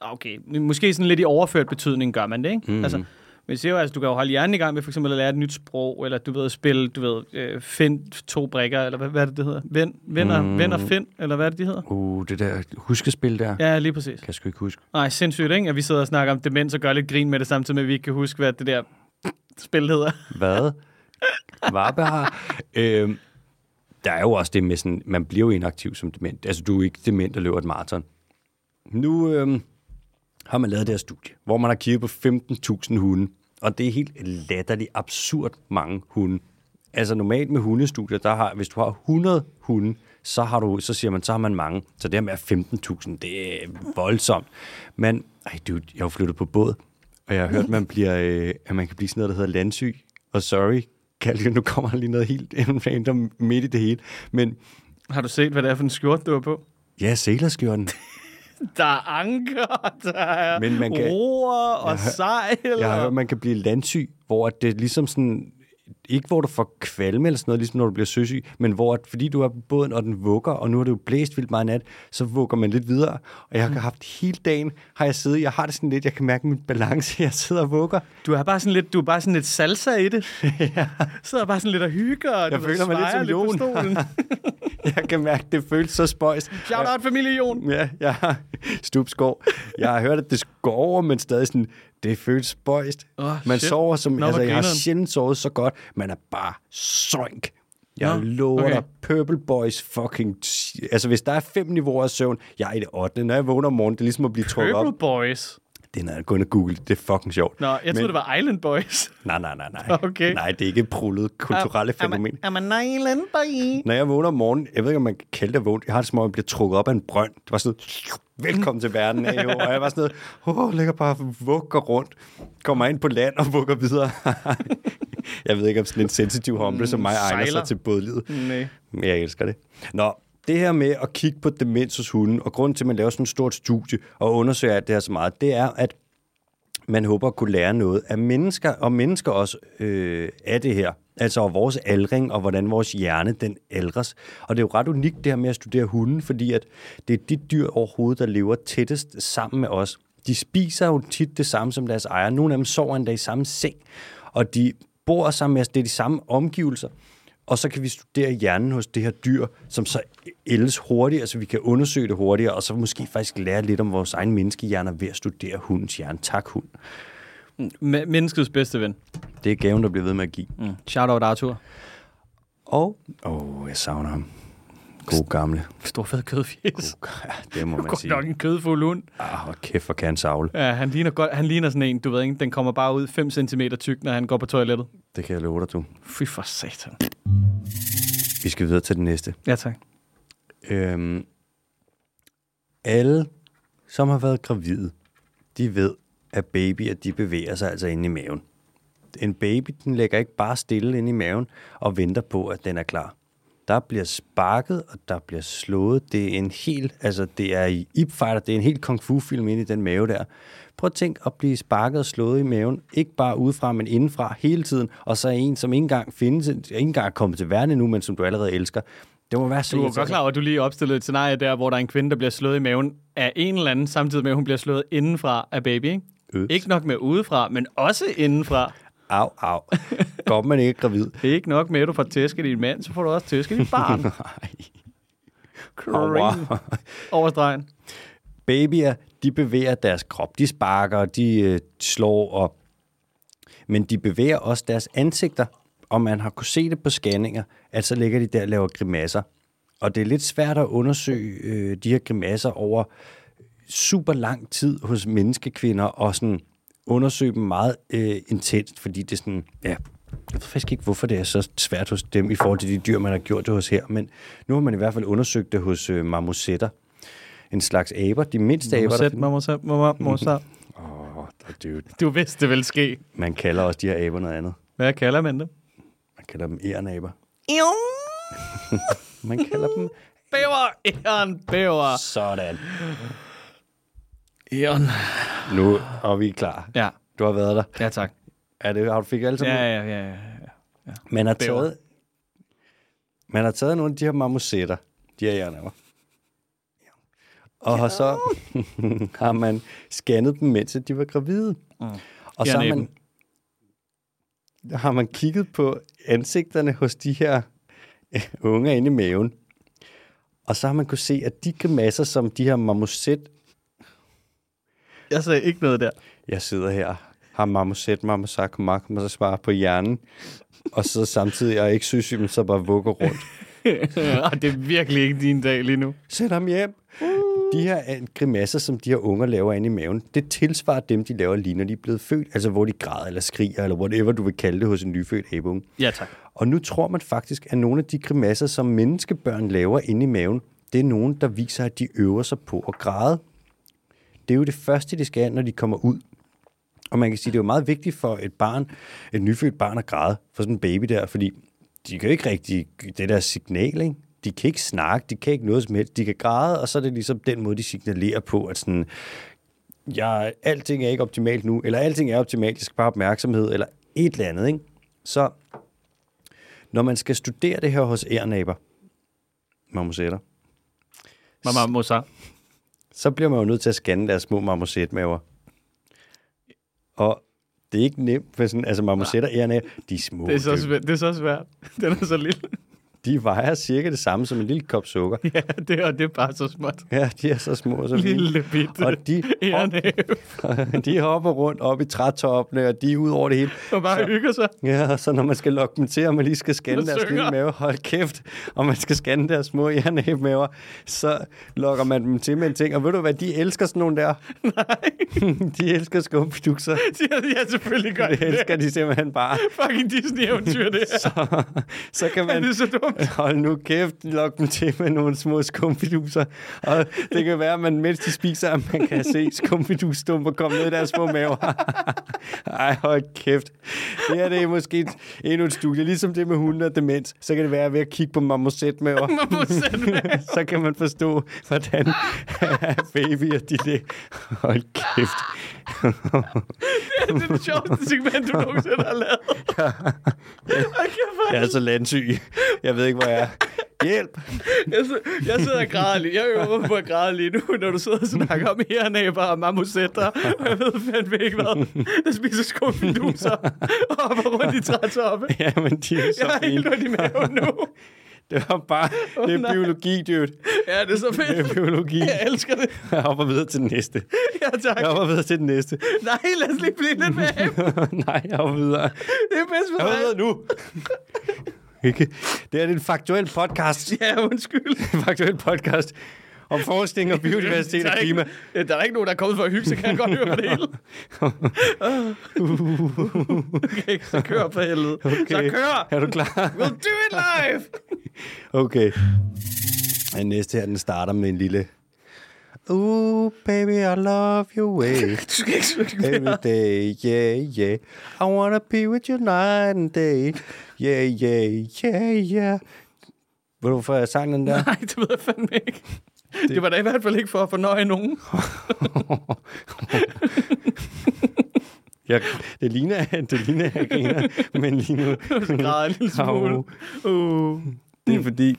ah, Okay, men måske sådan lidt i overført betydning gør man det, ikke? Mm. Altså, men det er jo, altså, du kan jo holde hjernen i gang med for eksempel at lære et nyt sprog, eller du ved, at spille, du ved, øh, find to brikker, eller hvad, hvad er det, det hedder? Vend, vender, mm. vender, find, eller hvad er det, de hedder? Uh, det der huskespil der, ja. Ja, lige præcis. kan jeg sgu ikke huske. Nej, sindssygt, ikke? At vi sidder og snakker om demens og gør lidt grin med det, samtidig med, at vi ikke kan huske, hvad det der spil hedder. Hvad? Varpe har. Øhm, der er jo også det med sådan, man bliver jo inaktiv som dement. Altså, du er ikke dement og løber et maraton. Nu øhm, har man lavet det her studie, hvor man har kigget på 15.000 hunde. Og det er helt latterligt absurd mange hunde. Altså normalt med hundestudier, der har, hvis du har 100 hunde, så, har du, så siger man, så har man mange. Så det her med at 15.000, det er voldsomt. Men, ej dude, jeg har jo flyttet på båd, og jeg har hørt, man bliver, øh, at man kan blive sådan noget, der hedder landsyg. Og sorry, Kalde, nu kommer der lige noget helt random midt i det hele. Men Har du set, hvad det er for en skjort, du har på? ja, sælerskjorten. Der er anker, der er Men man kan- roer og sejl. Jeg har hørt, og- man kan blive landsyg, hvor at det er ligesom sådan... Ikke hvor du får kvalme eller sådan noget, ligesom når du bliver søsyg, men hvor, at, fordi du er på båden, og den vugger, og nu har det jo blæst vildt meget nat, så vugger man lidt videre. Og Mm. jeg har haft hele dagen, har jeg siddet, jeg har det sådan lidt, jeg kan mærke min balance, jeg sidder og vugger. Du er bare sådan lidt, du er bare sådan lidt salsa i det. ja. Sidder bare sådan lidt og hygger. Og Jeg du føler mig lidt svejer på som stolen. Jeg kan mærke, det føles så spøjst. Shout out familie Jon. Ja, jeg har stupskov. Jeg har hørt, at det går over, men stadig sådan, det føles spøjst. Åh, man shit. sover som, Nå, altså hvor jeg har grineren. sjældent sovet så godt. Man er bare sønk. Jeg Nå, lover okay. okay. dig, Purple Boys fucking... t- altså, hvis der er fem niveauer af søvn, jeg er i det 8. Når jeg vågner om morgenen, det er ligesom at blive trukket op. Purple Boys. Det er, når jeg går ind og google, det er fucking sjovt. Nå, jeg troede, det var Island Boys. Nej, nej, nej, nej. Okay. Ah, Nej, det er ikke prullet kulturelle Er man- fænomen. Er man Island Boy? Når jeg vågner om morgenen, jeg ved ikke, om man kan kalde det vågn, jeg har det som om, jeg bliver trukket op af en brønd. Det var sådan noget, velkommen til verden, AO. og jeg var sådan noget, åh, ligger bare og vugger rundt, kommer ind på land og vugger videre. jeg ved ikke, om sådan en sensitiv humble som mig egner sejler. sig til bådlivet. Nej. Men jeg elsker det. Nå, det her med at kigge på demens hos hunden, og grunden til, at man laver sådan et stort studie og undersøger alt det her så meget, det er, at man håber at kunne lære noget af mennesker, og mennesker også øh, af det her. Altså af vores aldring, og hvordan vores hjerne, den aldres. Og det er jo ret unikt det her med at studere hunden, fordi at det er de dyr overhovedet, der lever tættest sammen med os. De spiser jo tit det samme som deres ejer. Nogle af dem sover endda i samme seng, og de bor sammen med os. Det er de samme omgivelser. Og så kan vi studere hjernen hos det her dyr, som så ældes hurtigere, så vi kan undersøge det hurtigere, og så måske faktisk lære lidt om vores egen menneskehjerner ved at studere hundens hjerne. Tak, hund. Me- Menneskets bedste ven. Det er gaven, der bliver ved med at give. Mm. Shout out Arthur. Og, åh, oh, jeg savner ham. God gamle. Stor fed kødfjes. Ja, det må man Godt sige. nok en kødfuld hund. Ah, hvor kæft, hvor kan han savle. Ja, han ligner, godt, han ligner sådan en, du ved ikke, den kommer bare ud 5 cm tyk, når han går på toilettet. Det kan jeg love dig, du. Fy for satan. Vi skal videre til den næste. Ja, tak. Øhm, alle, som har været gravide, de ved, at babyer, de bevæger sig altså inde i maven. En baby, den ligger ikke bare stille inde i maven og venter på, at den er klar. Der bliver sparket, og der bliver slået. Det er en helt, altså det er i Ip Fighter, det er en helt kung fu film inde i den mave der. Prøv at tænk at blive sparket og slået i maven, ikke bare udefra, men indenfra hele tiden, og så en, som ikke engang findes, ikke engang er kommet til verden endnu, men som du allerede elsker. Det må være så Du er godt irriterende. klar over, at du lige opstillede et scenarie der, hvor der er en kvinde, der bliver slået i maven af en eller anden, samtidig med, at hun bliver slået indenfra af baby, ikke? Øps. Ikke nok med udefra, men også indenfra. Au, au. Godt, man ikke er gravid. Det er ikke nok med, at du får tæsket din mand, så får du også tæsket dit barn. Au, Crazy. au. Over stregen. Babyer, de bevæger deres krop. De sparker, de øh, slår, og... men de bevæger også deres ansigter, og man har kunne se det på scanninger, at så ligger de der og laver grimasser. Og det er lidt svært at undersøge øh, de her grimasser over super lang tid hos menneskekvinder, og sådan undersøge dem meget øh, intenst, fordi det er sådan, ja, jeg ved faktisk ikke, hvorfor det er så svært hos dem i forhold til de dyr, man har gjort det hos her, men nu har man i hvert fald undersøgt det hos øh, marmosetter. En slags aber, de mindste aber, der Marmoset, marmoset, marmoset, marmoset. Åh, dude. Du vidste, det ville ske. Man kalder også de her aber noget andet. Hvad kalder man det? Man kalder dem ærenaber. Ium, Man kalder dem Bæver, æren, bæver. sådan. Æren. Nu er vi klar. Ja, Du har været der. ja tak. Er det, har du fik alle sammen? Ja, ja, ja, ja. Man har Bæver. taget... Man har taget nogle af de her marmosetter. De her ærenaber. Og har så har man scannet dem, mens at de var gravide. Mm. Og så har man, har man kigget på ansigterne hos de her øh, unger inde i maven. Og så har man kunne se, at de grimasser, som de her marmoset Jeg sagde ikke noget der. jeg sidder her, har marmoset, marmosak, mak, og så svarer på hjernen, og så samtidig er jeg ikke synes, men så bare vugger rundt. Og det er virkelig ikke din dag lige nu. Sæt ham hjem! De her øh, grimasser, som de her unger laver inde i maven, det tilsvarer dem, de laver lige når de er blevet født. Altså hvor de græder eller skriger, eller whatever du vil kalde det hos en nyfødt abunge. Ja, tak. Og nu tror man faktisk, at nogle af de grimasser, som menneskebørn laver inde i maven, det er nogen, der viser, at de øver sig på at græde. Det er jo det første, de skal, når de kommer ud. Og man kan sige, at det er jo meget vigtigt for et barn, et nyfødt barn at græde for sådan en baby der, fordi de kan jo ikke rigtig, det der signal, ikke? De kan ikke snakke, de kan ikke noget som helst. De kan græde, og så er det ligesom den måde, de signalerer på, at sådan, jeg, alting er ikke optimalt nu, eller alting er optimalt, jeg skal bare have opmærksomhed, eller et eller andet, ikke? Så når man skal studere det her hos ærenaber, marmosetter, Mamma Mosa. så bliver man jo nødt til at scanne deres små marmosetmaver. Og det er ikke nemt, for sådan, altså marmosetter, ærenaber, de er små. Det er, så dude. svært. det er så svært. Den er så lille. De vejer cirka det samme som en lille kop sukker. Ja, det, og det er bare så småt. Ja, de er så små og så fine. Lille bitte. Og de, hop, ærenæve. de hopper rundt op i trætoppene, og de er ud over det hele. Og bare så. hygger sig. Ja, og så når man skal lokke dem til, og man lige skal scanne Så deres synger. lille mave, hold kæft, og man skal scanne deres små hjernemaver, så lokker man dem til med en ting. Og ved du hvad, de elsker sådan nogle der. Nej. de elsker skumpidukser. Ja, selvfølgelig gør Det det. elsker de simpelthen bare. Fucking Disney-eventyr, det er. Så, så kan Det man... er så dumt. Hold nu kæft, lok dem til med nogle små skumfiduser. Og det kan være, at man mens de spiser, at man kan se skumfidusstumper komme ned i deres små maver. Ej, hold kæft. Det her det er måske et- endnu et studie. Ligesom det med hunde og demens, så kan det være, at ved at kigge på marmosetmaver, Man må sætte det. så kan man forstå, hvordan babyer de det. Hold kæft. Det er det sjoveste segment, du nogensinde har lavet. Jeg, kan Jeg er faktisk, så landsyg. Jeg ved ikke, hvor jeg er. Hjælp! jeg, sidder- jeg sidder og græder lige. Jeg øver på at græde lige nu, når du sidder og snakker om ærenæber og mammusetter. Og jeg ved fandme ikke hvad. Der spiser skumfiduser og hopper rundt i trætoppe. Jamen, de er Jeg så har helt fine. ondt i maven nu. Det var bare... Det er nej. biologi, dude. Ja, det er så Det er fedt. biologi. Jeg elsker det. Jeg hopper videre til den næste. Ja, tak. Jeg hopper videre til den næste. Nej, lad os lige blive lidt med. aben. Nej, jeg hopper videre. Det er bedst for Jeg hopper videre dig. nu. Ikke? Det er en faktuel podcast. Ja, undskyld. En faktuel podcast. om forskning og biodiversitet Der og er klima. Ikke, der er ikke nogen, der er kommet for at hygge, så kan jeg godt høre det hele. okay, så kør for helvede. Okay. Så kør! Er du klar? We'll do it live! Okay. Den næste her, den starter med en lille... Ooh, baby, I love eh." your way. Du skal ikke slukke mere. Every day, yeah, yeah. I wanna be with you night and day. Yeah, yeah, yeah, yeah. Ved du, hvorfor jeg sang den der? Nej, det ved jeg fandme ikke. Det, det var da i hvert fald ikke for at fornøje nogen. Jeg, det ligner, det ligner, jeg griner, men lige nu... Græder en lille smule. Au. Uh. Det er fordi...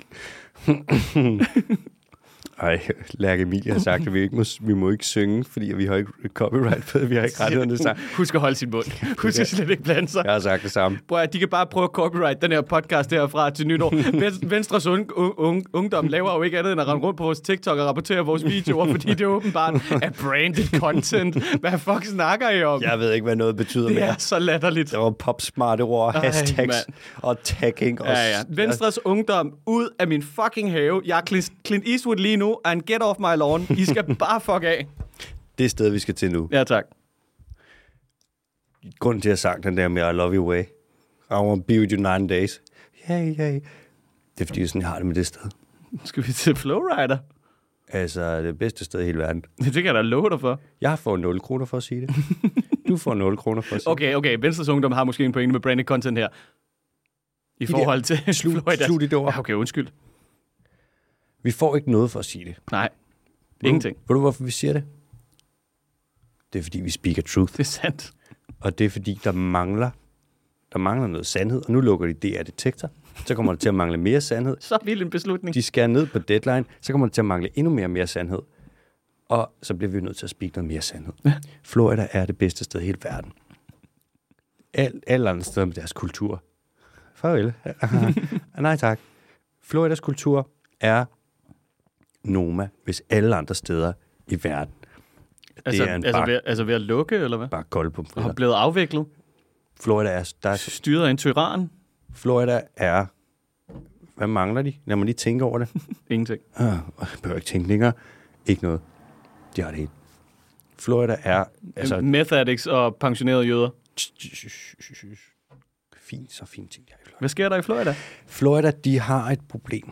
Ej, Lærke Emilie har sagt, at vi, ikke må, vi må ikke synge, fordi vi har ikke copyright på det. Vi har ikke rettighederne sang. Uh. Husk at holde sin mund. Husk at slet ikke blande sig. Jeg har sagt det samme. Prøv at, de kan bare prøve at copyright den her podcast derfra til nytår. Ven- Venstres un- un- un- ungdom laver jo ikke andet end at rende rundt på vores TikTok og rapportere vores videoer, fordi det er åbenbart er branded content. Hvad fuck snakker I om? Jeg ved ikke, hvad noget betyder det mere. er så latterligt. Der var popsmarte ord, Ej, hashtags mand. og tagging. Og Ja, ja. Venstres ungdom ud af min fucking have. Jeg er Clint, Clint Eastwood lige nu, and get off my lawn. I skal bare fuck af. Det er sted, vi skal til nu. Ja, tak. Grunden til, at jeg sang den der med I love you way. I want be with you nine days. Yeah, yeah. Det er fordi, jeg sådan jeg har det med det sted. Skal vi til Flowrider? Altså, det bedste sted i hele verden. Det kan jeg da love dig for. Jeg får 0 kroner for at sige det. Du får 0 kroner for at sige Okay, okay. Venstres Ungdom har måske en pointe med branded content her. I forhold til Slut- Florida. slut i det ord. Ja, okay, undskyld. det. Vi får ikke noget for at sige det. Nej, ingenting. Ved du, hvorfor vi siger det? Det er, fordi vi speaker truth. Det er sandt. Og det er, fordi der mangler, der mangler noget sandhed. Og nu lukker de DR Detektor. Så kommer der til at mangle mere sandhed. Så vild en beslutning. De skærer ned på deadline. Så kommer der til at mangle endnu mere og mere sandhed. Og så bliver vi nødt til at speak noget mere sandhed. Florida er det bedste sted i hele verden. Alt, alle andre steder med deres kultur. Farvel. Nej tak. Floridas kultur er Noma, hvis alle andre steder i verden altså, er en altså, bak- ved, altså ved at lukke, eller hvad? bare kolde på Har fritter. blevet afviklet. Florida er, der er Styret af en tyran. Florida er... Hvad mangler de? Lad mig lige tænke over det. Ingenting. Ah, Jeg behøver ikke tænke længere. Ikke noget. De har det hele. Florida er... Altså, Altså, Meth addicts og pensionerede jøder. fint, så fint ting, jeg i Florida. Hvad sker der i Florida? Florida, de har et problem.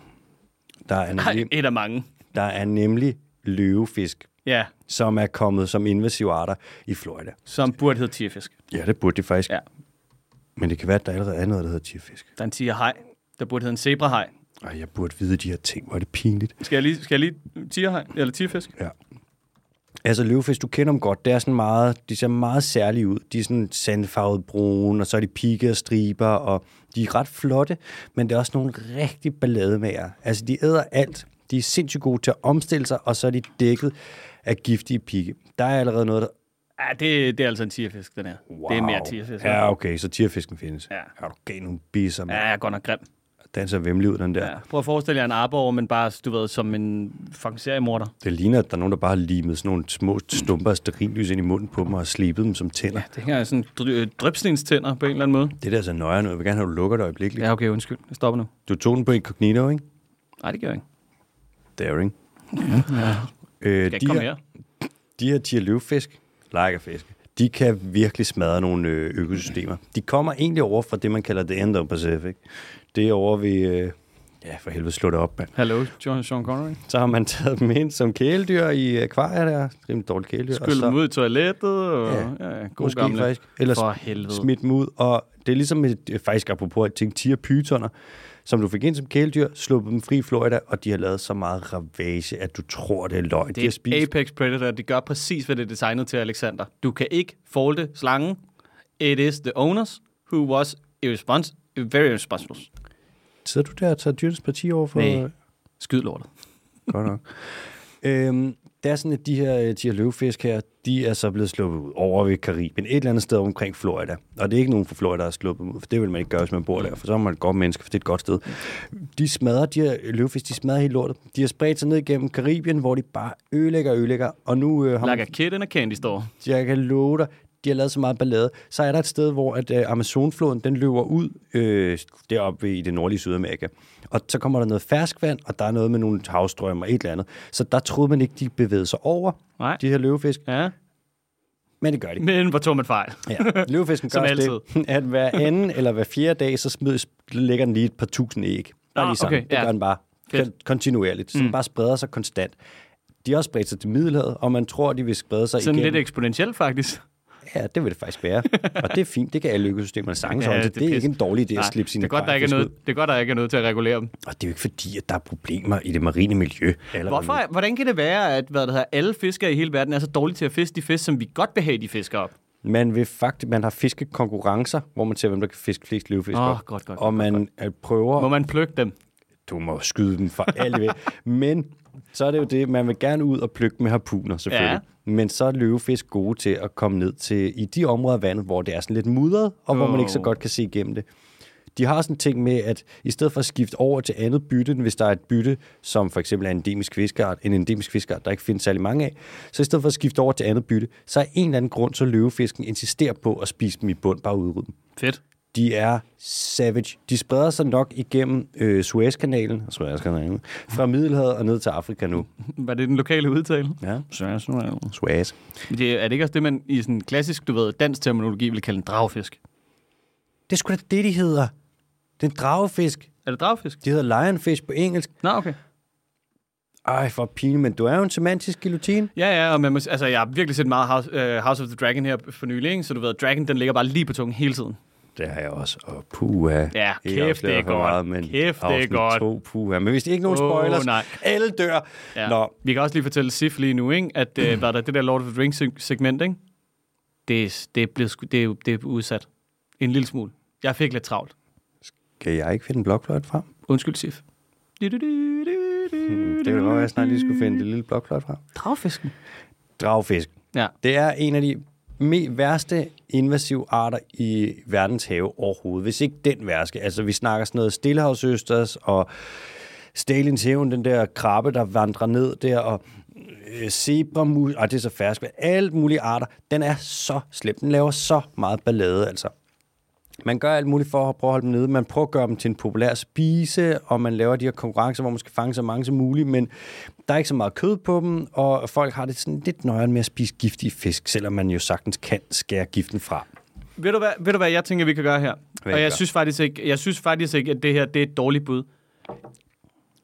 Der er Nej, nemlig, et af mange. der er nemlig løvefisk, Ja, som er kommet som invasive arter i Florida. som burde hedde tierfisk. Ja, det burde de faktisk. Ja. Men det kan være, at der allerede er noget, der hedder tierfisk. Der er en tierhej. Der burde hedde en zebrahej. Ej, jeg burde vide de her ting. Hvor er det pinligt. Skal jeg lige, skal jeg lige tierhej? Eller tierfisk? Ja. Altså løvefisk, du kender dem godt. Det er sådan meget, de ser meget særlige ud. De er sådan sandfarvet brune, og så er de pigge og striber, og de er ret flotte, men det er også nogle rigtig ballademager. Altså, de æder alt. De er sindssygt gode til at omstille sig, og så er de dækket af giftige pigge. Der er allerede noget, der... Ja, det, det er altså en tierfisk, den her. Wow. Det er mere tierfisk. Ja, okay, så tierfisken findes. Ja. Er du gav nogle biser, Ja, man. Ja. jeg er godt nok grim. Danser vemmelig ud, den der. Ja. Ja. Prøv at forestille jer en arbor, men bare, du ved, som en fucking seriemorder. Det ligner, at der er nogen, der bare har limet sådan nogle små stumper af sterinlys ind i munden på dem og har slebet dem som tænder. Ja. Det her er sådan dry- øh, drypstenstænder på en eller anden måde. Det er da så nøjeren ud. Jeg vil gerne have, at du lukker det øjeblikkeligt. Ja, okay, undskyld. Jeg stopper nu. Du tog den på incognito, ikke? Nej, det gør jeg ikke. Daring. Ja. Øh, Skal jeg de, komme her, her? de her tier løvfisk, lejkerfiske, de kan virkelig smadre nogle ø, økosystemer. De kommer egentlig over fra det, man kalder The End of Pacific. Det er over ved... Øh, ja, for helvede, slå det op, mand. Hallo, John, Sean Connery. Så har man taget dem ind som kæledyr i akvarier der. Rimelig dårligt kæledyr. og Skyld så- dem ud i toilettet. Og, Ja, ja, ja, god Måske gamle. faktisk. Eller For helvede. smidt dem ud. Og det er ligesom, et, øh, faktisk apropos at tænke tiger pytoner, som du fik ind som kæledyr, sluppet dem fri i Florida, og de har lavet så meget ravage, at du tror, det er løgn. de har Det spist er Apex Predator. Det gør præcis, hvad det er designet til, Alexander. Du kan ikke folde slangen. It is the owners who was irrespons- very irresponsible. Sidder du der og tager dyrenes parti over for? Nej. Skyd lortet. Godt nok. øhm, det er sådan, at de her, øh, de her løvefisk her, de er så blevet sluppet ud over ved Karibien, et eller andet sted omkring Florida. Og det er ikke nogen fra Florida, der har sluppet dem ud, for det vil man ikke gøre, hvis man bor der, for så er man et godt menneske, for det er et godt sted. De smadrer, de her løvefisk, de smadrer hele lortet. De har spredt sig ned igennem Karibien, hvor de bare ødelægger og ødelægger, og nu øh, har man Like a kid in a candy store. jeg kan love dig, de har lavet så meget ballade. Så er der et sted, hvor at, øh, Amazonfloden den løber ud øh, deroppe i det nordlige Sydamerika. Og så kommer der noget ferskvand, og der er noget med nogle havstrømme og et eller andet. Så der troede man ikke, de bevægede sig over, Nej. de her løvefisk. Ja. Men det gør de. Men hvor tog man fejl? Ja. Løvefisken gør Som også det, at hver anden eller hver fjerde dag, så smider, lægger den lige et par tusind æg. Bare Nå, lige sådan. okay, Okay, det ja. gør den bare Fedt. Mm. kon- kontinuerligt. Så den bare spreder sig konstant. De har også spredt sig til Middelhavet, og man tror, de vil sprede sig Sådan igen. lidt eksponentielt, faktisk. Ja, det vil det faktisk være. og det er fint, det kan alle økosystemerne sange ja, Ja, om. så det er Det, det er pis. ikke en dårlig idé at slippe sine det er godt, der krajer ikke er fisk noget, det er godt, der ikke er noget til at regulere dem. ud. Og det er jo ikke fordi, at der er problemer i det marine miljø. Allerede nu. Hvorfor, hvordan kan det være, at hvad det hedder, alle fiskere i hele verden er så dårlige til at fiske de fisk, som vi godt vil have, de fisker op? Man, vil faktisk, man har fiskekonkurrencer, hvor man ser, hvem der kan fiske flest løvefisk. Åh, op. godt, godt, Og man øh, prøver Må man plukke dem? du må skyde dem for alt ved. Men så er det jo det, man vil gerne ud og plukke med harpuner selvfølgelig. Ja. Men så er løvefisk gode til at komme ned til i de områder af vandet, hvor det er sådan lidt mudret, og hvor man ikke så Åh. godt kan se igennem det. De har sådan en ting med, at i stedet for at skifte over til andet bytte, hvis der er et bytte, som for eksempel er en endemisk fiskeart, en endemisk fiskeart, der ikke findes særlig mange af, så i stedet for at skifte over til andet bytte, så er en eller anden grund, så løvefisken insisterer på at spise dem i bund, bare udrydde dem Fedt. de er savage. De spreder sig nok igennem øh, Suezkanalen, Suezkanalen, fra Middelhavet og ned til Afrika nu. Var det den lokale udtale? Ja, Sværsmål. Suez. Det, er det ikke også det, man i sådan klassisk, du ved, dansk terminologi ville kalde en dragfisk? Det er sgu da det, de hedder. Den dragefisk. Er det dragfisk? De hedder lionfish på engelsk. Nå, okay. Ej, for pine, men du er jo en semantisk guillotine. Ja, ja, og man må, s- altså, jeg har virkelig set meget House, uh, House of the Dragon her for nylig, ikke? så du ved, at Dragon, den ligger bare lige på tungen hele tiden. Det har jeg også. Og puha. Ja, Ikke kæft, det er afsløret for godt. men Kæft, det er afsnit godt. To, puha. Men hvis det ikke er nogen Åh, spoilers, nej. alle dør. Ja. Nå, Vi kan også lige fortælle Sif lige nu, ikke? at Mm. øh, hvad der, det der Lord of the Rings-segment, ikke? Det, er- det, er blevet, sku- det, er- det er udsat en lille smule. Jeg fik lidt travlt. kan jeg ikke finde en blokfløjt frem? Undskyld, Sif. Du, du, du, du, du. Det Hmm, kan da godt være, at jeg snart lige skulle finde det lille blokfløjt frem. Dragfisken. Dragfisk. Ja. Det er en af de me- værste invasive arter i verdens have overhovedet, hvis ikke den værste. Altså, vi snakker sådan noget Stillehavsøsters og Stalins Hævn, den der krabbe, der vandrer ned der, og øh, zebramus, og det er så fersk, men alt mulige arter. Den er så slem. Den laver så meget ballade, altså. Man gør alt muligt for at prøve at holde dem nede. Man prøver at gøre dem til en populær spise, og man laver de her konkurrencer, hvor man skal fange så mange som muligt, men der er ikke så meget kød på dem, og folk har det sådan lidt nøjeren med at spise giftige fisk, selvom man jo sagtens kan skære giften fra. Ved du, hvad, ved du, hvad jeg tænker, vi kan gøre her? Hvad og I jeg gør? synes, faktisk ikke, jeg synes faktisk ikke, at det her det er et dårligt bud.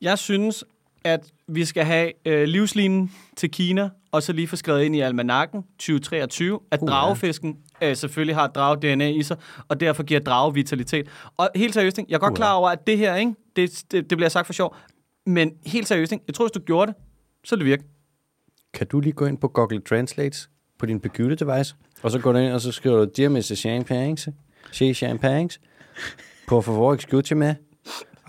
Jeg synes, at vi skal have øh, livslinen til Kina, og så lige få skrevet ind i almanakken 2023, at Uh, ja. dragefisken øh, selvfølgelig har drage-DNA i sig, og derfor giver drage vitalitet. Og helt seriøst, ikke? jeg er godt Uh, ja. klar over, at det her, ikke? Det, det, det bliver sagt for sjov, men helt seriøst, ikke? jeg tror, hvis du gjorde det, så ville det virke. Kan du lige gå ind på Google Translates på din computer device, og så går du ind, og så skriver du, Dear Mr. Champagne, she champagne, på favor, excuse me,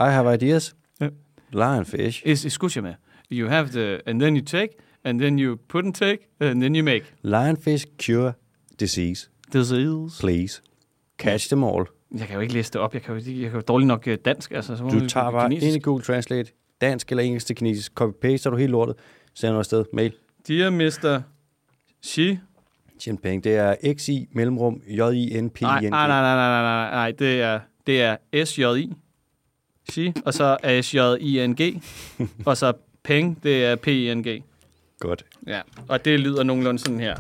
I have ideas, Ja. lionfish, Is, is med. You have the, and then you take, and then you put and take, and then you make. lionfish cure disease. Disease. Please. Catch them all. Jeg kan jo ikke læse det op. Jeg kan jo, ikke- jeg kan jo dårligt nok øh, dansk. Altså, så må Du vi- tager bare kinesisk. ind i Google Translate, dansk eller engelsk til kinesisk, copy-paster du helt lortet, sender du afsted, mail. Dear Mr. Xi. Jinping, det er XI, mellemrum, JINP, Nej, nej, nej, nej, nej, nej, nej. Det er, det er SJI. Xi. Og så er SJING. og så peng, det er PING. Godt. Ja. Og det lyder nogenlunde sådan her.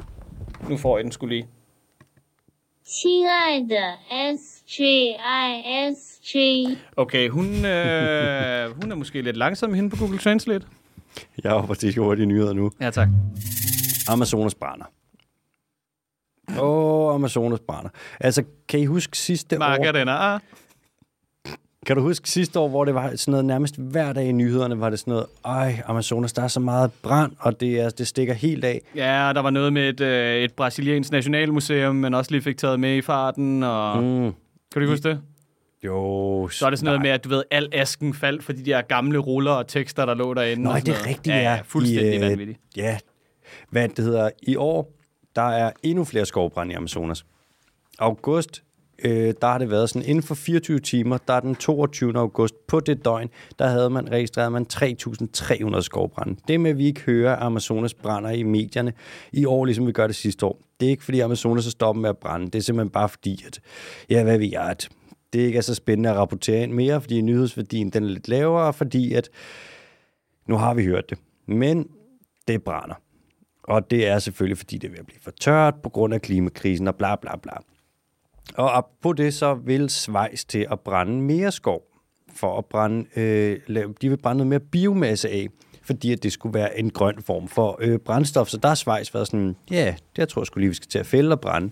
Nu får jeg den skulle lige. 亲爱的 SJISJ。 Okay, hun, øh, hun er måske lidt langsom hende på Google Translate. Jeg er præcis hurtigt i nyheder nu. Ja, tak. Amazonas brænder. Åh, oh, Amazonas brænder. Altså, kan I huske sidste år? Marker den ah. er. Kan du huske sidste år, hvor det var sådan noget, nærmest hver dag i nyhederne, var det sådan noget, ej, Amazonas, der er så meget brand, og det, er, det stikker helt af. Ja, og der var noget med et, øh, et brasiliansk nationalmuseum, man også lige fik taget med i farten. Og... Mm. Kan du ikke huske det? Jo, Så er det sådan noget med, at du ved, al asken faldt for de der gamle ruller og tekster, der lå derinde. Nå, og det sådan er noget. rigtigt, ja. ja. ja fuldstændig I, øh, vanvittigt. Ja. Hvad det hedder, i år, der er endnu flere skovbrænde i Amazonas. August øh, der har det været sådan, inden for 24 timer, der er den 22. august på det døgn, der havde man registreret man 3.300 skovbrænde. Det med, at vi ikke hører at Amazonas brænder i medierne i år, ligesom vi gør det sidste år. Det er ikke, fordi Amazonas er stoppet med at brænde. Det er simpelthen bare fordi, at, ja, hvad ved jeg, at det ikke er så spændende at rapportere ind mere, fordi nyhedsværdien den er lidt lavere, fordi at nu har vi hørt det. Men det brænder. Og det er selvfølgelig, fordi det er ved at blive for tørt på grund af klimakrisen og bla bla bla. Og på det så vil Schweiz til at brænde mere skov for at brænde, øh, lave- de vil brænde noget mere biomasse af, fordi at det skulle være en grøn form for øh, brændstof. Så der har Schweiz været sådan, ja, yeah, det tror jeg skulle lige, vi skal til at fælde og brænde.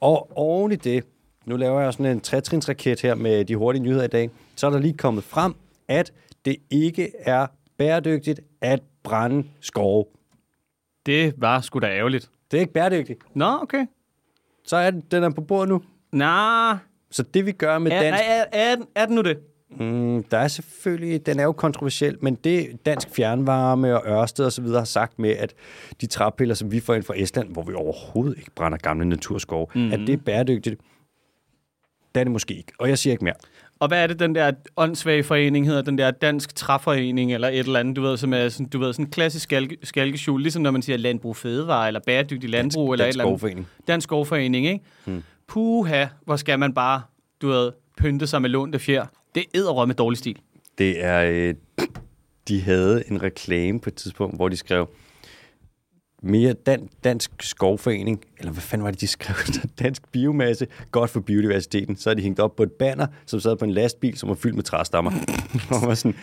Og oven i det, nu laver jeg sådan en trætrinsraket her med de hurtige nyheder i dag, så er der lige kommet frem, at det ikke er bæredygtigt at brænde skove. Det var sgu da ærgerligt. Det er ikke bæredygtigt. Nå, okay. Så er den, den er på bordet nu. Nå, Så det vi gør med er, dansk... er, er, den- er den nu det? Mm, der er selvfølgelig, den er jo kontroversiel, men det Dansk Fjernvarme og Ørsted og så videre har sagt med, at de træpiller, som vi får ind fra Estland, hvor vi overhovedet ikke brænder gamle naturskov, mm. at det er bæredygtigt. Det er det måske ikke, og jeg siger ikke mere. Og hvad er det, den der åndssvage forening hedder? Den der dansk træforening eller et eller andet, du ved, som er sådan, du ved, sådan en klassisk skalke, skalkeskjul, ligesom når man siger landbrug fødevare, eller bæredygtig landbrug, eller et Dansk eller andet. Skovforening. Dansk Skovforening, ikke? Hmm. Puha, hvor skal man bare, du ved, pynte sig med lånte fjer. Det er med dårlig stil. Det er, øh, de havde en reklame på et tidspunkt, hvor de skrev, mere dan- dansk skovforening, eller hvad fanden var det, de skrev? dansk biomasse, godt for biodiversiteten. Så havde de hængt op på et banner, som sad på en lastbil, som var fyldt med træstammer. og var sådan,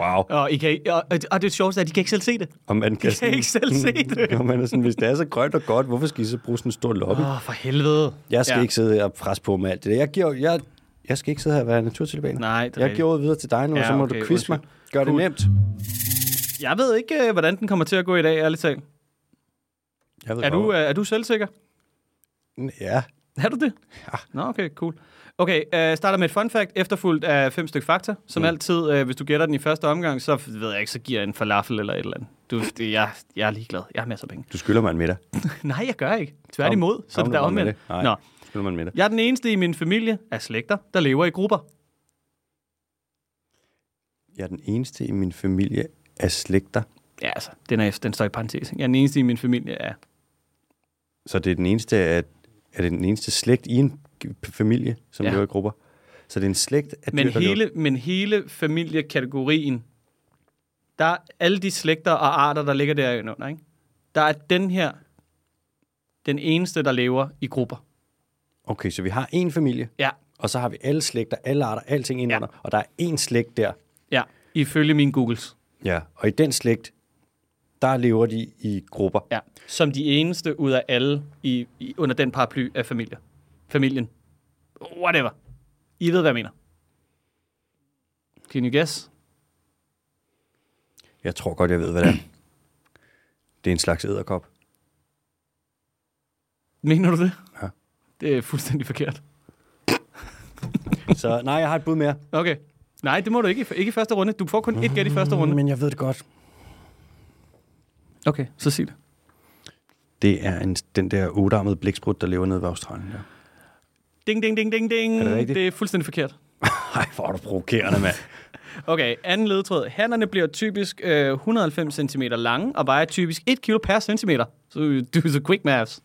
wow. Og, I kan, ikke- og, og, og det sjoveste er, at de kan ikke selv se det. Og man kan, kan ikke Hmm. selv se det. og man er sådan, hvis det er så grønt og godt, hvorfor skal I så bruge sådan en stor lobby? Åh, oh, for helvede. Jeg skal ja. ikke sidde her og presse på med alt det der. Jeg, giver, jeg, jeg skal ikke sidde her og være naturtilibaner. Nej, det er Jeg rigtigt. giver ordet videre til dig nu, ja, Ja, og så må okay, du quiz mig. Gør det Cool. nemt. Jeg ved ikke, øh, hvordan den kommer til at gå i dag, ærligt talt. Jeg ved Er godt, du, øh, er du selvsikker? Ja. Er du det? Ja. Nå, okay, cool. Okay, øh, starter med et fun fact, efterfulgt af fem stykke fakta. Som mm. altid, øh, hvis du gætter den i første omgang, så ved jeg ikke, så giver jeg en falafel eller et eller andet. Du, det, jeg, jeg er ligeglad. Jeg har masser af penge. Du skylder mig en middag. Nej, jeg gør ikke. Tværtimod, så er det der omvendt. Nej, Nå, du skylder mig en middag. jeg er den eneste i min familie af slægter, der lever i grupper. Jeg er den eneste i min familie af slægter, Ja, altså, den, er, den står i parentes. ikke? Jeg er den eneste i min familie af... så det er den eneste af, er det den eneste slægt i en g- familie, som Ja. ja. lever i grupper. Så det er en slægt af Men dyr, der lever- hele, men hele familiekategorien, der er alle de slægter og arter, der ligger derunder, ikke? Der er den her, den eneste, der lever i grupper. Okay, så vi har en familie, Ja, og så har vi alle slægter, alle arter, alting indenunder, ja. og der er en slægt der. ja. Ifølge mine googles. Ja. Og i den slægt, der lever de i grupper. Ja. Som de eneste ud af alle i, i, under den paraply af familier. Familien. Whatever. I ved, hvad jeg mener. Can you guess? Jeg tror godt, jeg ved, hvad det er. Det er en slags æderkop. Mener du det? Ja. Det er fuldstændig forkert. Så nej, jeg har et bud mere. Okay. Nej, det må du ikke. i- Ikke i første runde. Du får kun et gæt i første runde. Men jeg ved det godt. Okay, så sig det. Det er en, den der otarmede blæksprut, der lever nede ved Australien. Ja. Ding, ding, ding, ding, ding. Er det rigtigt? Det er fuldstændig forkert. Ej, hvor er du provokerende, mand. Okay, anden ledtråd. Hannerne bliver typisk øh, 190 cm lange og vejer typisk 1 kg per centimeter. Så so, do the quick maths.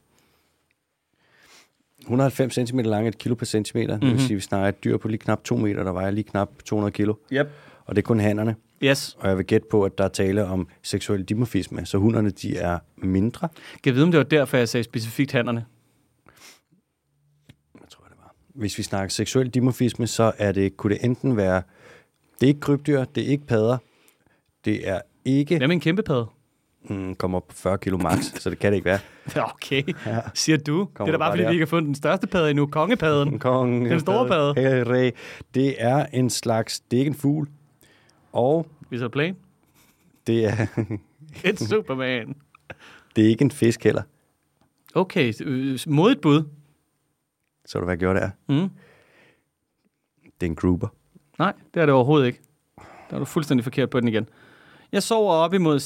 190 cm lang, et kilo per centimeter. Mm-hmm. Det vil sige, at vi snakker et dyr på lige knap 2 meter, der vejer lige knap 200 kilo. Yep. Og det er kun hannerne. Yes. Og jeg vil gætte på, at der er tale om seksuel dimorfisme, så hunderne de er mindre. Kan jeg vide, om det var derfor, jeg sagde specifikt hannerne? Jeg tror, det var. Hvis vi snakker seksuel dimorfisme, så er det, kunne det enten være... Det er ikke krybdyr, det er ikke padder, det er ikke... Hvad med en kæmpe padde? Mm, kommer op på 40 kilo max, så det kan det ikke være. Okay, ja. siger du. det er da bare bare, fordi vi der. ikke har fundet den største padde endnu. Kongepadden. Kong, Den store padde. Hey, det er en slags... Det er ikke en fugl. Og Vi så plan. det er, It's Superman. det er ikke en fisk heller. Okay, øh, modigt bud. Så du, hvad jeg gjorde der? Mm. Det er en grouper. Nej, det er det overhovedet ikke. Der er du fuldstændig forkert på den igen. Jeg sover op imod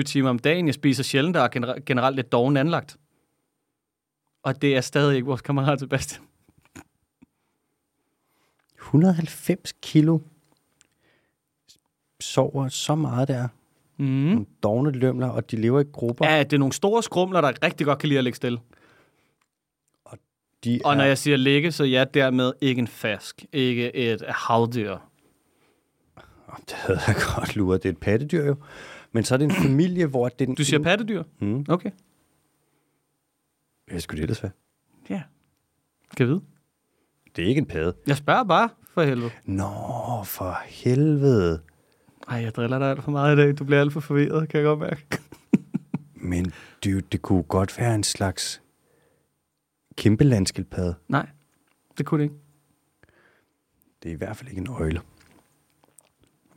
16-20 timer om dagen. Jeg spiser sjældent og er gener- generelt lidt doven anlagt. Og det er stadig ikke vores kammerat Sebastian. 190 kilo sover så meget der. Mm. Nogle dogne lømler, og de lever i grupper. Ja, det er nogle store skrumler, der rigtig godt kan lide at ligge stille. de Og er, når jeg siger ligge, så ja, dermed ikke en fask. Ikke et havdyr. Åh, Det havde jeg godt luret. Det er et pattedyr jo. Men så er det en familie, hvor det er den... Du siger pattedyr? Mm. Okay. Hvad skulle det ellers være? Ja. Kan jeg vide. Det er ikke en padde. Jeg spørger bare, for helvede. Nå, for helvede. Ej, jeg driller dig alt for meget i dag. Du bliver alt for forvirret, kan jeg godt mærke. Men dude, det kunne godt være en slags kæmpe landskildpadde. Nej, det kunne det ikke. Det er i hvert fald ikke en øjle.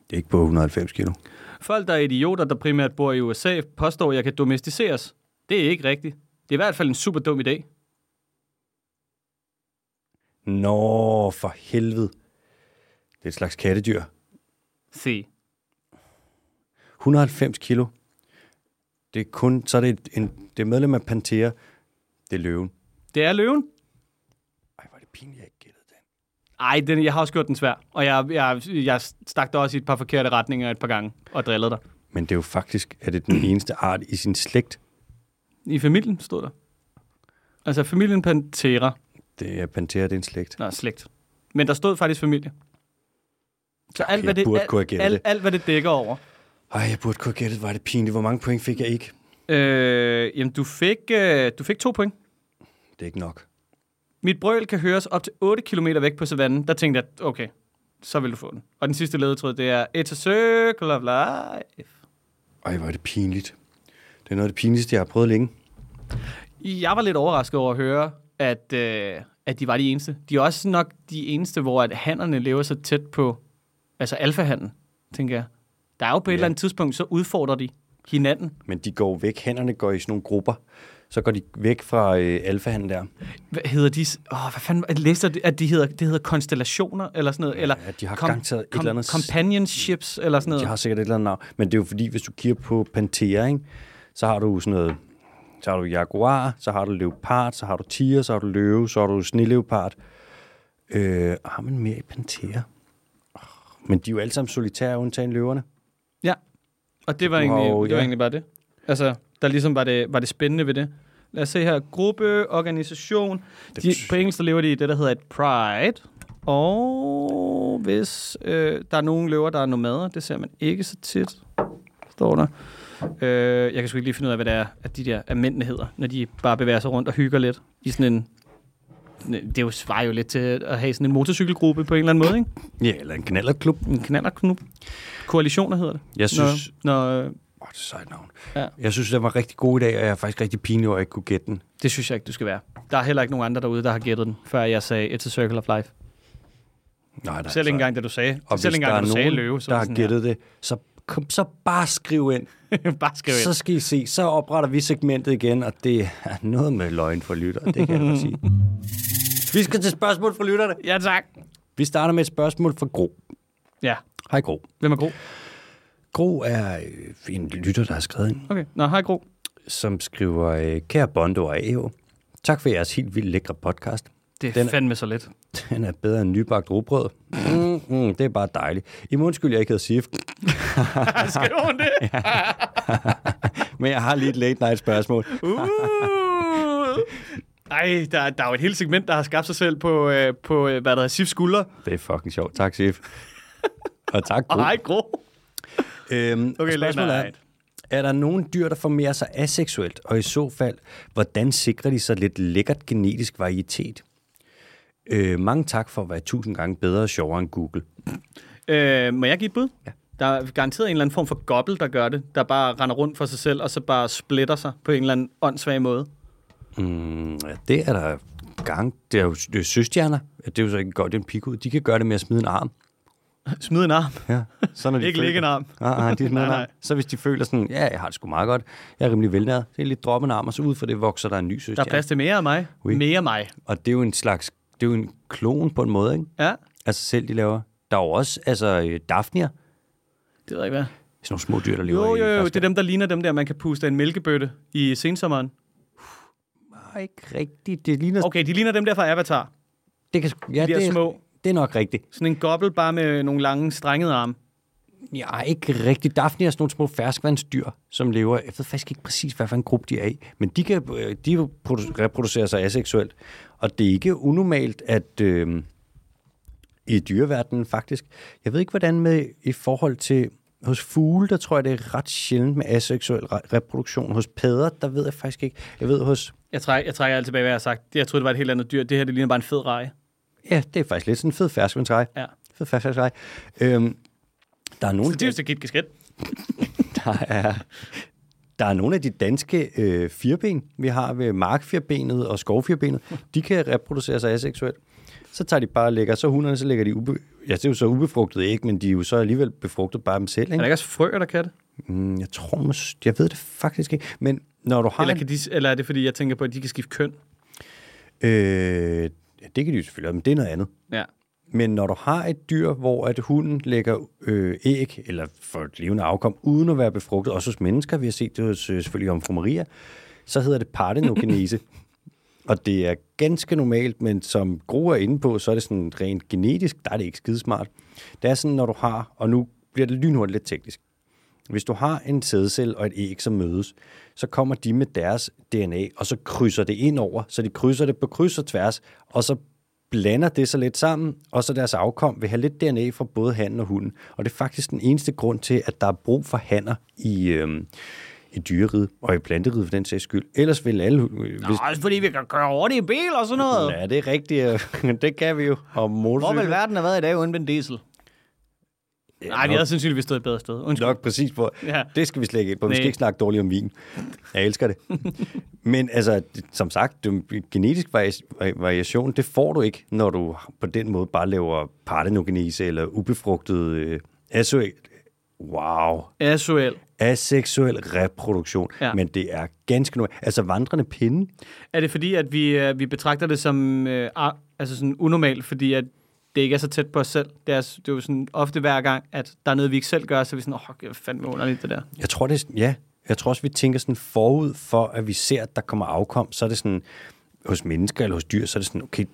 Det er ikke på 190 kilo. Folk, der er idioter, der primært bor i USA, påstår, at jeg kan domesticeres. Det er ikke rigtigt. Det er i hvert fald en super dum idé. Nå, for helvede. Det er et slags kattedyr. Se. 190 kilo. Det er kun, så er det, et- en, det er medlem af Pantera. Det er løven. Det er løven. Ej, hvor er det pinligt, jeg ikke gættede den. Ej, den, jeg har også gjort den svær. Og jeg, jeg, jeg stak dig også i et par forkerte retninger et par gange og drillede dig. Men det er jo faktisk, at det er den eneste art i sin slægt. I familien stod der. Altså familien Pantera. Det er Pantera, det er en slægt. Nå, slægt. Men der stod faktisk familie. Så alt, jeg hvad det, burde alt, kunne have gættet alt, det. alt, hvad det dækker over. Ej, jeg burde kunne have gættet, hvor er det pinligt. Hvor mange point fik jeg ikke? Øh, jamen, du fik, øh, du fik to point. Det er ikke nok. Mit brøl kan høres op til 8 km væk på savannen. Der tænkte jeg, okay, så vil du få den. Og den sidste ledetråd, det er, it's a circle of life. Ej, hvor er det pinligt. Det er noget af det pinligste, jeg har prøvet længe. Jeg var lidt overrasket over at høre, at, øh, at de var de eneste. De er også nok de eneste, hvor at hannerne lever så tæt på, altså alfahanden, tænker jeg. Der er jo på et Ja. eller andet tidspunkt, så udfordrer de hinanden. Men de går væk. Hænderne går i sådan nogle grupper. Så går de væk fra øh, alfahan der. Hvad hedder de? Åh, hvad fanden? Jeg læste, at de- at de hedder, det hedder konstellationer, eller sådan noget. eller ja, de har garanteret et eller andet s- Companionships, eller sådan noget. De har sikkert et eller andet navn. Men det er jo fordi, hvis du kigger på Pantera, ikke, så har du sådan noget... Så har du jaguar, så har du leopard, så har du tiger, så har du løve, så har du sneleopard. Øh, har man mere i Pantera? Åh, Men de er jo alle sammen solitære, undtagen løverne. Ja, og det var, Du har egentlig, jo- det var ja. egentlig bare det. Altså, der ligesom var det, var det spændende ved det. Lad os se her. Gruppe, organisation. De, på engelsk der lever de i det, der hedder et pride. Og hvis øh, der er nogen løver, der er nomader, det ser man ikke så tit, står der. Øh, jeg kan sgu ikke lige finde ud af, hvad det er, at de der at mændene hedder, når de bare bevæger sig rundt og hygger lidt i sådan en... Det er jo svarer jo lidt til at have sådan en motorcykelgruppe på en eller anden måde, ikke? Ja, eller en knallerklub. En knallerknub. Koalitioner hedder det. Jeg synes, Når, når, Åh, det er et sejt navn. Ja. Ja. Jeg synes, den var rigtig god i dag, og jeg er faktisk rigtig pinlig over, at jeg ikke kunne gætte den. Det synes jeg ikke, du skal være. Der er heller ikke nogen andre derude, der har gættet den, før jeg sagde It's a Circle of Life. Nej, nej. Selv ikke engang, da du sagde, Altså, Og selv hvis engang, der da er du nogen, sagde løve, så der var har sådan gættet det, så, kom, så bare skriv ind. her. Bare skriv Så ind. skal I se, så opretter vi segmentet igen, og det er noget med løgn for lytter, det kan jeg da sige. Vi skal til spørgsmål fra lytterne. Ja, tak. Vi starter med et spørgsmål fra Gro. Ja. Hej Gro. Hvem er Gro? Gro er øh, en lytter, der har skrevet ind, Okay. Nå, hej Gro. som skriver, øh, kære Bondo og Eo, tak for jeres helt vildt lækre podcast. Det er Den den... er- fandme så let. Den er bedre end nybagt rugbrød. Mm, mm, det er bare dejligt. I må undskylde, jeg ikke hedder Sif, Skriv hun det? men jeg har lige et late night spørgsmål. Uh. Ej, der, der er jo et helt segment, der har skabt sig selv på, øh, på øh, hvad der hedder, Sifs skulder. Det er fucking sjovt. Tak, Sif. Og tak, Og Gro. hej Gro. Øhm, Okay, okay, spørgsmålet late er, night. er der nogen dyr, der formerer sig aseksuelt, og i så fald, hvordan sikrer de sig lidt lækkert genetisk varietet? Øh, mange tak for at være tusind gange bedre og sjovere end Google. Øh, må jeg give et bud? Ja. Der er garanteret en eller anden form for gobbel, der gør det, der bare render rundt for sig selv, og så bare splitter sig på en eller anden åndssvag måde. Mm, ja, det er der gang. Det er jo det er søstjerner. Det er jo så ikke godt, det er en pikud. De kan gøre det med at smide en arm. Smid en arm. Ja, så når de Ikke føler- lægge en arm. Nej, nej, de smider Nej, en nej. arm. Så hvis de føler sådan, ja, jeg har det sgu meget godt, jeg er rimelig velnæret, det er lidt droppe en arm, og så ud for det vokser der en ny Der søstjerne. er plads til mere af mig. Oui. Mere mig. Og det er jo en slags, det er jo en klon på en måde, ikke? Ja, Altså selv de laver. Der er jo også, altså, øh, daphnier, det ved jeg ikke, hvad. sådan nogle små dyr, der lever Jo, i jo, jo, første- det er dem, der ligner dem der, man kan puste af en mælkebøtte i sensommeren. Nej, ikke rigtigt. Det ligner... Okay, de ligner dem der fra Avatar. Det kan, sgu- ja, De det, der små. det er nok rigtigt. Sådan en gobbel bare med nogle lange, strengede arme. Ja, ikke rigtigt. Daphne er sådan nogle små ferskvandsdyr, som lever. Jeg ved faktisk ikke præcis, hvad for en gruppe de er i. Men de kan øh, de produ- reproducerer sig aseksuelt. Og det er ikke unormalt, at øh, i dyreverdenen faktisk... Jeg ved ikke, hvordan med i forhold til... Hos fugle, der tror jeg, det er ret sjældent med aseksuel re- reproduktion. Hos padder, der ved jeg faktisk ikke. Jeg ved hos... Jeg trækker, jeg trækker alt tilbage, hvad jeg har sagt. Jeg troede, det var et helt andet dyr. Det her, det ligner bare en fed reje. Ja, det er faktisk lidt sådan en fed ferskvandsrej. Ja. Fed ferskvandsrej. Øhm, der er Så nogle... det er jo så gik skridt. Der er, der er nogle af de danske øh, firben, vi har ved markfirbenet og skovfirbenet, de kan reproducere sig aseksuelt. Så tager de bare og lægger, så hunderne, så lægger de ube, ja, det er jo så ubefrugtet æg, men de er jo så alligevel befrugtet bare dem selv, Er der ikke? ikke også frøer, der kan det? Mm, jeg tror, mås- jeg ved det faktisk ikke, men når du har... Eller, kan de, eller er det, fordi jeg tænker på, at de kan skifte køn? en- øh, ja, det kan de jo selvfølgelig, men det er noget andet. Ja. Men når du har et dyr, hvor at hunden lægger øh, æg, eller for et levende afkom, uden at være befrugtet, også hos mennesker, vi har set det hos, øh, selvfølgelig om fru Maria, så hedder det partenogenese. og det er ganske normalt, men som Gro er inde på, så er det sådan rent genetisk, der er det ikke skidesmart. Det er sådan, når du har, og nu bliver det lynhurtigt lidt teknisk, hvis du har en sædcelle og et æg, som mødes, så kommer de med deres DNA, og så krydser det ind over, så de krydser det på kryds og tværs, og så blander det så lidt sammen, og så deres afkom vil have lidt DNA fra både hannen og hunden. Og det er faktisk den eneste grund til, at der er brug for hanner i, øhm, i dyreriget og i planteriget for den sags skyld. Ellers vil alle... Nå, hvis, også fordi vi kan køre hurtigt i bil og sådan noget. ja, det er rigtigt. øh, det kan vi jo. Og Hvor vil motorcykel. verden have været i dag uden Vin Diesel? Nej, vi havde sandsynligvis stået et bedre sted. Undskyld. nok præcis hvor. Ja. Ja. Det skal vi slet ikke ind på. Vi Nej. skal ikke snakke dårligt om vin. Jeg elsker det. Men altså, det- som sagt, det, genetisk vari- vari- variation, det får du ikke, når du på den måde bare laver partenogenese eller ubefrugtet øh, aseksuel, wow, Asuel. aseksuel reproduktion. Ja. Ja. Men det er ganske normalt. Altså vandrende pinde, Er det fordi, at vi, øh, vi betragter det som øh, ar- altså sådan unormalt, fordi at det ikke er så tæt på os selv? Det er, s- det er jo sådan ofte hver gang, at der er noget, vi ikke selv gør, så er vi sådan, åh, oh, det er fandme underligt, det der. Jeg tror, det er, sådan- ja. Jeg tror også, vi tænker sådan forud for, at vi ser, at der kommer afkom, så er det sådan, hos mennesker eller hos dyr, så er det sådan, okay,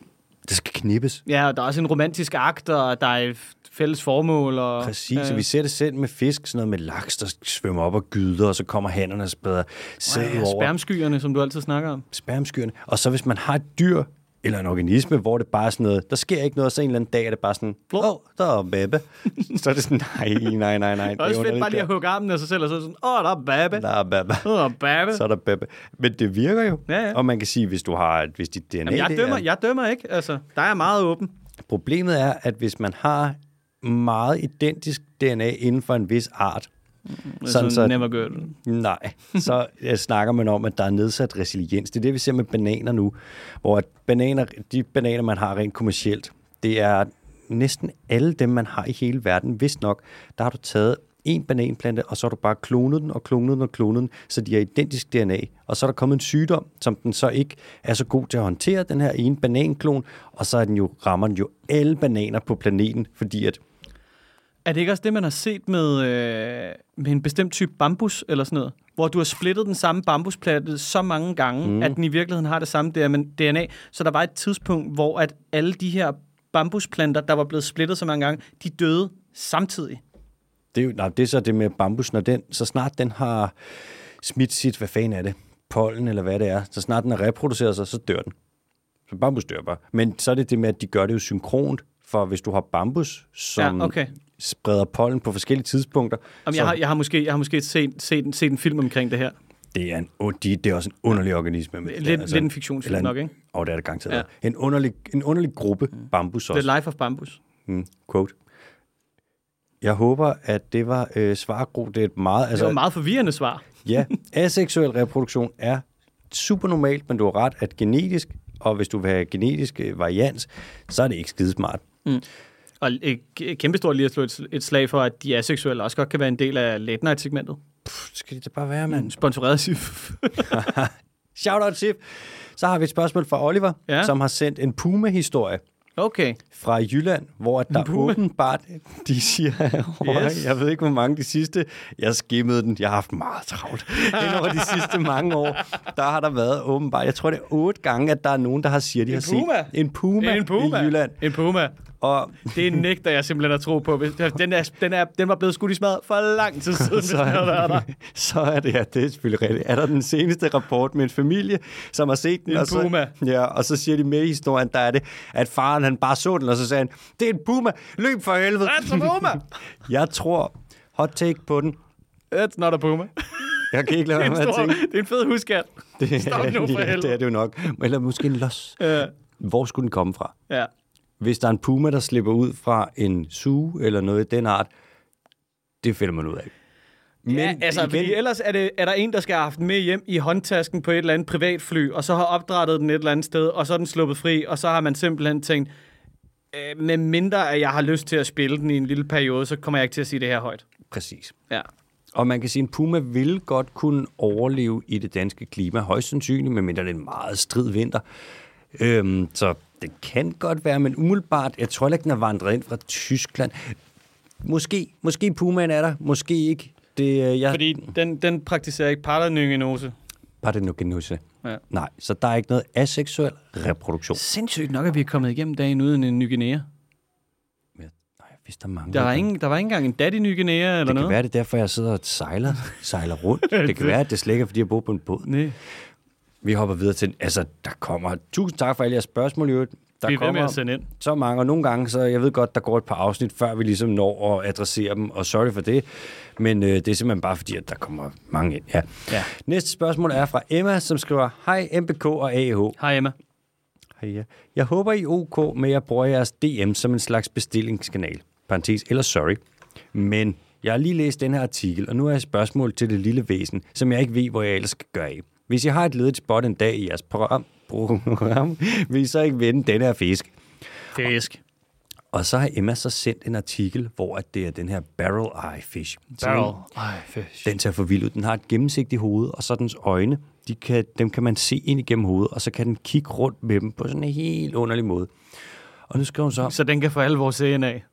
det skal knippes. Ja, og der er også en romantisk akt, og der er et fælles formål. Og, Præcis, og vi ser det selv med fisk, sådan noget med laks, der svømmer op og gyder, og så kommer hænderne og spreder sæd ja, over spermskyerne, som du altid snakker om. spermskyerne. Og så hvis man har et dyr eller en organisme, hvor det bare er sådan noget, der sker ikke noget, så en eller anden dag er det bare sådan, åh, oh, der er Bebe. så er det sådan, nej, nej, nej, nej. Det er også fedt underligt bare lige der. at hugge armen af sig selv, og så er det sådan, åh, der er babbe. Der er Bebe. Der er babbe. Så er der Bebe. Men det virker jo. Ja, ja. Og man kan sige, hvis du har, hvis dit DNA... Jamen, jeg, det er- dømmer, jeg dømmer ikke, altså. Der er jeg meget åben. Problemet er, at hvis man har meget identisk DNA inden for en vis art, Sådan, Sådan så så- altså, never girl. nej, så øh, snakker man om, at der er nedsat resiliens. Det er det, vi ser med bananer nu, hvor at bananer, de bananer, man har rent kommercielt, det er næsten alle dem, man har i hele verden. Vist nok, der har du taget en bananplante, og så har du bare klonet den og klonet den og klonet den, så de er identisk DNA. Og så er der kommet en sygdom, som den så ikke er så god til at håndtere, den her ene bananklon, og så er den jo, rammer den jo alle bananer på planeten, fordi at Er det ikke også det, man har set med, øh, med en bestemt type bambus eller sådan noget? Hvor du har splittet den samme bambusplante så mange gange, mm. at den i virkeligheden har det samme der- men DNA. Så der var et tidspunkt, hvor at alle de her bambusplanter, der var blevet splittet så mange gange, de døde samtidig. Det er, jo, nej, det er så det med bambus, når den, så snart den har smidt sit, hvad fanden er det, pollen eller hvad det er, så snart den har reproduceret sig, så dør den. Så bambus dør bare. Men så er det det med, at de gør det jo synkront, for hvis du har bambus, som Ja, okay. spreder pollen på forskellige tidspunkter, Om så jeg, har, jeg har måske, jeg har måske set, set, set en film omkring det her. det, er en, oh, de, det er også en underlig organisme. Med det Lidt- der, lidt en fiktionsfilm eller en- nok, ikke? Åh, oh, det er det garanteret. Ja. Ja. En, underlig, en underlig gruppe bambus også. The Life of Bambus. Mm, quote. Jeg håber, at det var øh, svargro. Det er et meget... altså, Det var et meget forvirrende svar. Ja, aseksuel reproduktion er super normalt, men du har ret, at genetisk, og hvis du vil have genetisk øh, varians, så er det ikke skidesmart. Og et kæmpestort lige at slå et, et slag for, at de aseksuelle også godt kan være en del af late night segmentet. Pff, skal det da bare være, mand. Sponsoreret SIF. Shout out, Sif. Så har vi et spørgsmål fra Oliver, Ja. ja. som har sendt en puma-historie okay. fra Jylland, hvor at der puma? åbenbart, de siger, yes. jeg ved ikke, hvor mange de sidste, jeg skimmede den, jeg har haft meget travlt, inden over de sidste mange år, der har der været åbenbart, jeg tror det er otte gange, at der er nogen, der har siger, de en har puma? set en puma, En puma. i Jylland. En puma. Og Det nægter jeg simpelthen at tro på. Hvis- Den, er, den, er, den var blevet skudt i smadret for lang tid siden, hvis så den havde været der. er, så er det, ja, det er selvfølgelig rigtigt. Er der den seneste rapport med en familie, som har set den? En og så, puma. Ja, og så siger de med i historien, der er det, at faren han bare så den, og så sagde han, det er en puma, løb for helvede. That's a puma! Jeg tror, hot take på den. It's not a puma. Jeg kan ikke lade Det er være en, med at stor, tænke. det er en fed huskat. Det, Stop nu for ja, det helvede. er det jo nok. Eller måske en los. Øh, Hvor skulle den komme fra? ja. Hvis der er en puma, der slipper ud fra en suge eller noget i den art, det finder man ud af. Men ja, altså, igen... fordi ellers er, det, er der en, der skal have haft den med hjem i håndtasken på et eller andet privatfly, og så har opdrettet den et eller andet sted, og så er den sluppet fri, og så har man simpelthen tænkt, øh, med mindre at jeg har lyst til at spille den i en lille periode, så kommer jeg ikke til at sige det her højt. præcis. Ja. Og man kan sige, at en puma vil godt kunne overleve i det danske klima, højst sandsynligt, medmindre det er en meget strid vinter. Øhm, så det kan godt være, men umiddelbart, jeg tror heller ikke, den har vandret ind fra Tyskland. Måske, måske pumaen er der, måske ikke. Det, øh, jeg... Fordi den, den praktiserer ikke parternygenose. Partenogenose. Ja. Nej, så der er ikke noget aseksuel reproduktion. Sindssygt nok, at vi er kommet igennem dagen uden en ny Guinea. Men Nej, hvis der mangler... Der var, ingen, der var ikke engang en dat i Ny Guinea eller det kan noget. være, det er derfor, jeg sidder og sejler, sejler rundt. Det kan være, at det slet ikke er, fordi jeg bor på en båd. Nej. Vi hopper videre til... Altså, der kommer... Tusind tak for alle jeres spørgsmål, i øvrigt. Der Vi er ved med kommer at sende ind. så mange, og nogle gange, så jeg ved godt, der går et par afsnit, før vi ligesom når at adressere dem, og sorry for det, men øh, det er simpelthen bare fordi, at der kommer mange ind. Ja. Ja. Næste spørgsmål er fra Emma, som skriver, Hej MBK og AH. Hej Emma. Hej, ja. Jeg håber, I er ok med, at jeg bruger jeres DM som en slags bestillingskanal. Parenthes, eller sorry. Men jeg har lige læst den her artikel, og nu har jeg et spørgsmål til det lille væsen, som jeg ikke ved, hvor jeg ellers skal gøre af. Hvis I har et ledigt spot en dag i jeres program, program vil I så ikke vende den her fisk. Fisk. Og så har Emma så sendt en artikel, hvor at det er den her barrel eye fish. Sådan en- Barrel. Ej, fisk. den ser forvildet ud. Den har et gennemsigtigt hoved, og så dens øjne, de kan, dem kan man se ind igennem hovedet, og så kan den kigge rundt med dem på sådan en helt underlig måde. Og nu skriver hun så, Så den kan få alvor serien af.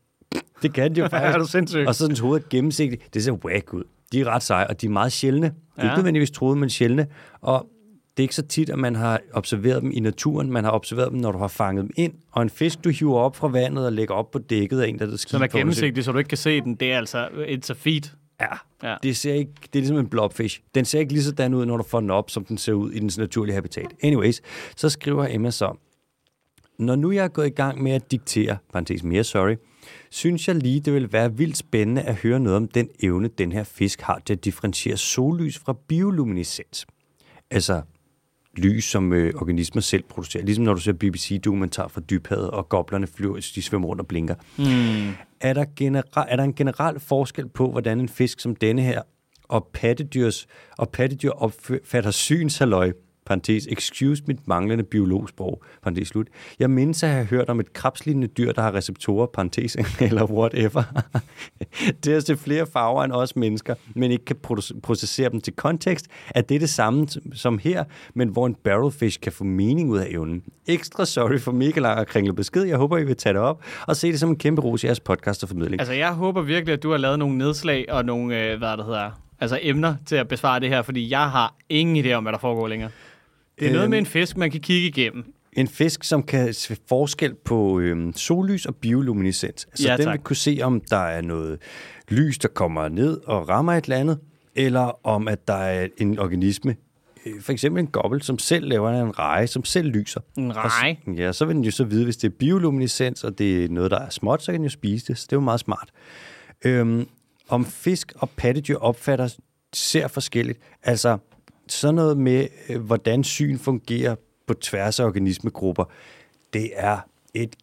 det kan den jo faktisk. Er du sindssyg? Og så dens hoved er gennemsigtigt. Det ser whack ud. De er ret seje, og de er meget sjældne. Ja. Ikke Ja. nødvendigvis troede, men sjældne. Og det er ikke så tit, at man har observeret dem i naturen. Man har observeret dem, når du har fanget dem ind. Og en fisk, du hiver op fra vandet og lægger op på dækket af en, der, der Som er gennemsigtig, så du ikke kan se den. Det er altså et a feat. Ja. ja. Ja. Det, ser ikke, det er ligesom en blobfish. Den ser ikke lige sådan ud, når du får den op, som den ser ud i dens naturlige habitat. Anyways, så skriver Emma så, når nu jeg er gået i gang med at diktere, parentes mere sorry, synes jeg lige, det vil være vildt spændende at høre noget om den evne, den her fisk har til at differentiere sollys fra bioluminescens. Altså lys, som øh, organismer selv producerer. Ligesom når du ser BBC-dokumentar fra dybhavet, og goblerne flyver, de svømmer rundt og blinker. Mm. Er, der genera- er der en generel forskel på, hvordan en fisk som denne her og, pattedyrs, og pattedyr opfatter synshalløj, parentes, excuse mit manglende biologsprog, parentes slut. Jeg mindes at have hørt om et krebslignende dyr, der har receptorer, parentes, eller whatever, til at se flere farver end os mennesker, men ikke kan produ- processere dem til kontekst, at det er det samme som- som her, men hvor en barrelfish kan få mening ud af evnen. Ekstra sorry for mega lang og kringlet besked. Jeg håber, I vil tage det op og se det som en kæmpe ros i jeres podcast og formidling. Altså, jeg håber virkelig, at du har lavet nogle nedslag og nogle, øh, hvad det hedder, altså emner til at besvare det her, fordi jeg har ingen idé om, hvad der foregår længere. Det er Øhm. noget med en fisk, man kan kigge igennem. En fisk, som kan se forskel på øhm, sollys og bioluminescens. Så Ja, den tak. vil kunne se, om der er noget lys, der kommer ned og rammer et eller andet, eller om at der er en organisme, øh, for eksempel en gobbel, som selv laver en reje, som selv lyser. En Og s- reje? Ja, så vil den jo så vide, hvis det er bioluminescens, og det er noget, der er småt, så kan den jo spise det. Så det er jo meget smart. Øhm, om fisk og pattedyr opfatter ser forskelligt. Altså, sådan noget med, øh, hvordan syn fungerer på tværs af organismegrupper, det er et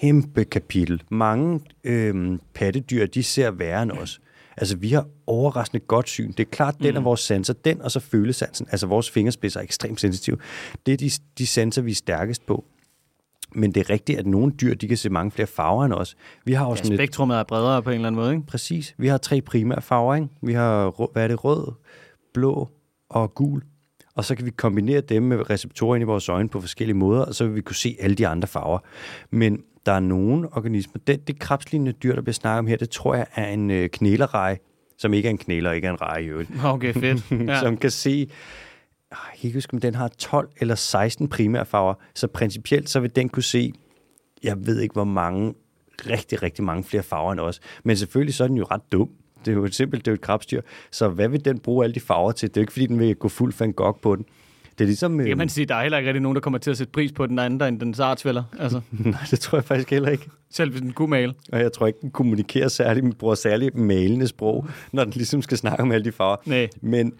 kæmpe kapitel. Mange øhm, pattedyr, de ser værre end os. Altså, vi har overraskende godt syn. Det er klart, den er vores sensor. Den og så følesansen. Altså, vores fingerspidser er ekstremt sensitive. Det er de, de sensorer, vi er stærkest på. Men det er rigtigt, at nogle dyr, de kan se mange flere farver end os. Vi har jo Ja, sådan et- spektrummet er bredere på en eller anden måde, ikke? Præcis. Vi har tre primære farver, ikke? Vi har, rød- hvad er det, rød, blå og gul. Og så kan vi kombinere dem med receptorer ind i vores øjne på forskellige måder, og så vil vi kunne se alle de andre farver. Men der er nogle organismer, den, det krebslignende dyr, der bliver snakket om her, det tror jeg er en øh, knælerreje, som ikke er en knæler, ikke er en reje i øvrigt, Okay, fedt. ja. Ja. som kan se, Ah, jeg kan ikke huske, om den har 12 eller 16 primære farver, så principielt så vil den kunne se, jeg ved ikke hvor mange rigtig, rigtig mange flere farver end os. Men selvfølgelig så er den jo ret dum. Det er jo et simpelt, det er jo et krabstyr. Så hvad vil den bruge alle de farver til? Det er jo ikke, fordi den vil gå fuld Van Gogh på den. Det er ligesom... Det kan man sige, der er heller ikke rigtig nogen, der kommer til at sætte pris på den andre end dens artsfælder. Altså, øh, Nej, det tror jeg faktisk heller ikke. selv hvis den kunne male. Og jeg tror ikke, den kommunikerer særlig, den bruger særlig malende sprog, når den ligesom skal snakke om alle de farver. Næ. Men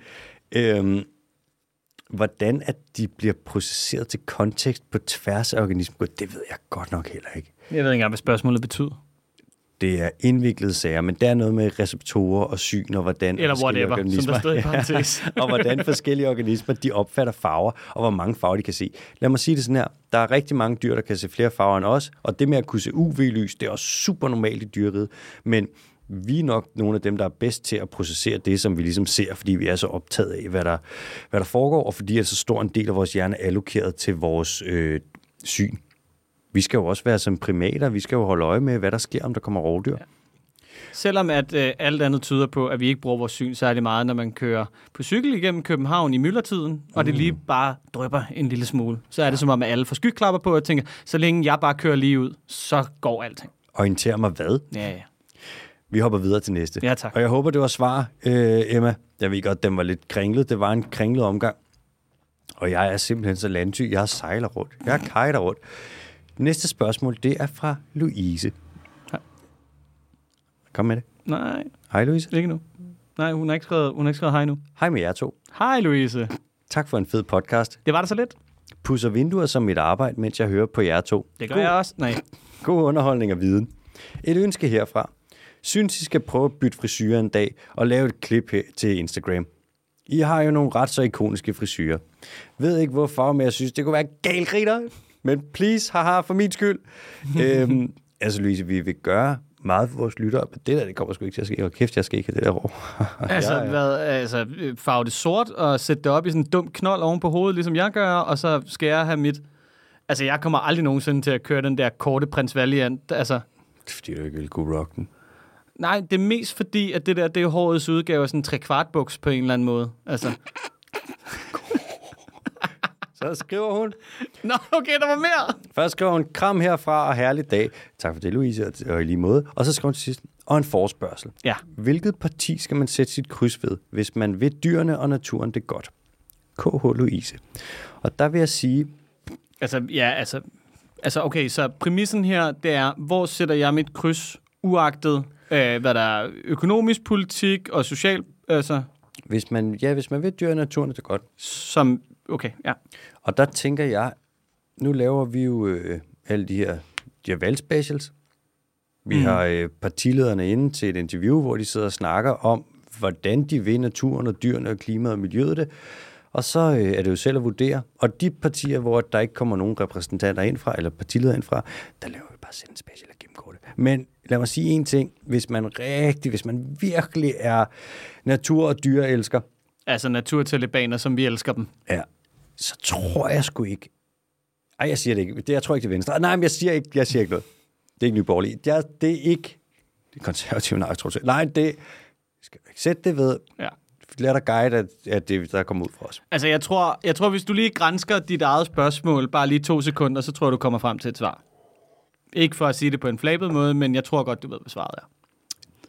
øhm, hvordan at de bliver processeret til kontekst på tværs af organismen, det ved jeg godt nok heller ikke. Jeg ved ikke engang, hvad spørgsmålet betyder. Det er indviklede sager, men der er noget med receptorer og syn og hvordan... Eller forskellige whatever, som der stod i parentes. og hvordan forskellige organismer, de opfatter farver, og hvor mange farver de kan se. Lad mig sige det sådan her. Der er rigtig mange dyr, der kan se flere farver end os, og det med at kunne se UV-lys, det er også super normalt i dyreriget, men vi er nok nogle af dem, der er bedst til at processere det, som vi ligesom ser, fordi vi er så optaget af, hvad der, hvad der foregår, og fordi at så stor en del af vores hjerne er allokeret til vores øh, syn. Vi skal jo også være som primater, vi skal jo holde øje med, hvad der sker, om der kommer rovdyr. Ja. Selvom at øh, alt andet tyder på, at vi ikke bruger vores syn særlig meget, når man kører på cykel igennem København i myldretiden, mm. og det lige bare drøber en lille smule, så er det som om, at alle får skyklapper på og tænker, så længe jeg bare kører lige ud, så går alting. Orientere mig hvad? Ja, ja. Vi hopper videre til næste. Ja, tak. Og jeg håber, det var svar, øh, Emma. Jeg ved godt, den var lidt kringlet. Det var en kringlet omgang. Og jeg er simpelthen så landty. Jeg sejler rundt. Jeg kajter rundt. Næste spørgsmål, det er fra Louise. Hej. Kom med det. Nej, Hej, Louise. ikke nu. Nej, hun har ikke skrevet, hun har ikke skrevet hej nu. Hej med jer to. Hej, Louise. Tak for en fed podcast. Det var det så lidt. Pusser vinduer som mit arbejde, mens jeg hører på jer to. Det gør God jeg også. Nej. God underholdning og viden. Et ønske herfra. Synes, I skal prøve at bytte frisyrer en dag og lave et klip her til Instagram. I har jo nogle ret så ikoniske frisyrer. Ved ikke hvorfor, men jeg synes, det kunne være galt griner. Men please, haha, for min skyld. øhm, altså Louise, vi vil gøre meget for vores lyttere, men det der, det kommer sgu ikke til at ske. Og kæft, jeg skal ikke have det der rå. Altså, Ja, ja. Hvad, altså øh, farve det sort og sætte det op i sådan en dum knold oven på hovedet, ligesom jeg gør, og så skal jeg have mit... Altså, jeg kommer aldrig nogensinde til at køre den der korte prins Valiant. Altså, Det er fordi, du ikke vil kunne rock den. nej, det er mest fordi, at det der, det er hårets udgave af sådan en trekvartbuks på en eller anden måde. Altså, Så skriver hun. nå, okay, der var mere! Først skrev hun, kram herfra og herlig dag. Tak for det, Louise, og, og i lige måde. Og så skrev hun til sidst, og en forespørgsel. Ja. Hvilket parti skal man sætte sit kryds ved, hvis man vil dyrene og naturen det godt? KH Louise. Og der vil jeg sige, Altså, ja, altså... Altså, okay, så præmissen her, det er, hvor sætter jeg mit kryds, uagtet, øh, hvad der er økonomisk politik og social... Altså, hvis man, ja, hvis man vil dyrene og naturen det godt. som... Okay, ja. Og der tænker jeg, nu laver vi jo øh, alle de her, de her valgspecials. Vi mm. har øh, partilederne inde til et interview, hvor de sidder og snakker om, hvordan de vil naturen og dyrene og klimaet og miljøet det. Og så øh, er det jo selv at vurdere. Og de partier, hvor der ikke kommer nogen repræsentanter ind fra, eller partiledere ind fra, der laver vi bare sende en special og gennemgå det. Men lad mig sige en ting. Hvis man rigtig, hvis man virkelig er natur- og dyreelsker, Altså naturtalibaner, som vi elsker dem. Ja. Så tror jeg sgu ikke. Ej, jeg siger det ikke. Det, jeg tror ikke, det er Venstre. Ej, Nej, men jeg siger ikke, jeg siger ikke noget. Det er ikke Nye Borgerlige. Det er, det er ikke det er konservative nej, jeg tror det. Nej, det skal du ikke sætte det ved. Ja. Lad dig guide, at, at det der kommer ud fra os. Altså, jeg tror, jeg tror, hvis du lige grænsker dit eget spørgsmål, bare lige to sekunder, så tror jeg, du kommer frem til et svar. Ikke for at sige det på en flabet måde, men jeg tror godt, du ved, hvad svaret er.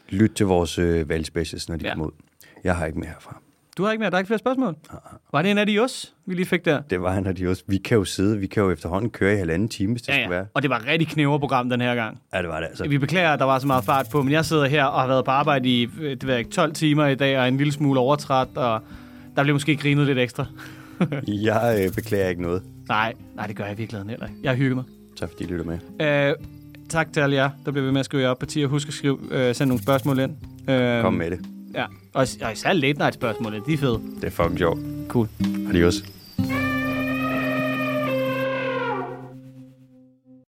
Lyt til vores øh, valgspecials, når de Ja. ja. kommer ud. Jeg har ikke med herfra. Du har ikke mere, der er ikke flere spørgsmål? Var det en adios, vi lige fik der? Ah, Det var han og de også. Vi kan jo sidde, vi kan jo efterhånden køre i halvanden time, hvis det ja, skulle være. Og det var et rigtig knæverprogram den her gang. Ja, det var det altså. Vi beklager, at der var så meget fart på, men jeg sidder her og har været på arbejde i øh, det ved jeg ikke, 12 timer i dag, og er en lille smule overtræt, og der blev måske grinet lidt ekstra. Jeg øh, beklager ikke noget. Nej, nej, det gør jeg i virkeligheden heller ikke. Jeg har hygget mig. Tak fordi I lytter med. Øh, tak til alle jer, der bliver ved med at skrive jer op på tier. Husk at skrive, øh, sende nogle spørgsmål ind. Øh, Kom med det. Ja, og, is- og især late night spørgsmålene, de er fede. Det er fucking sjovt. Cool. Adios.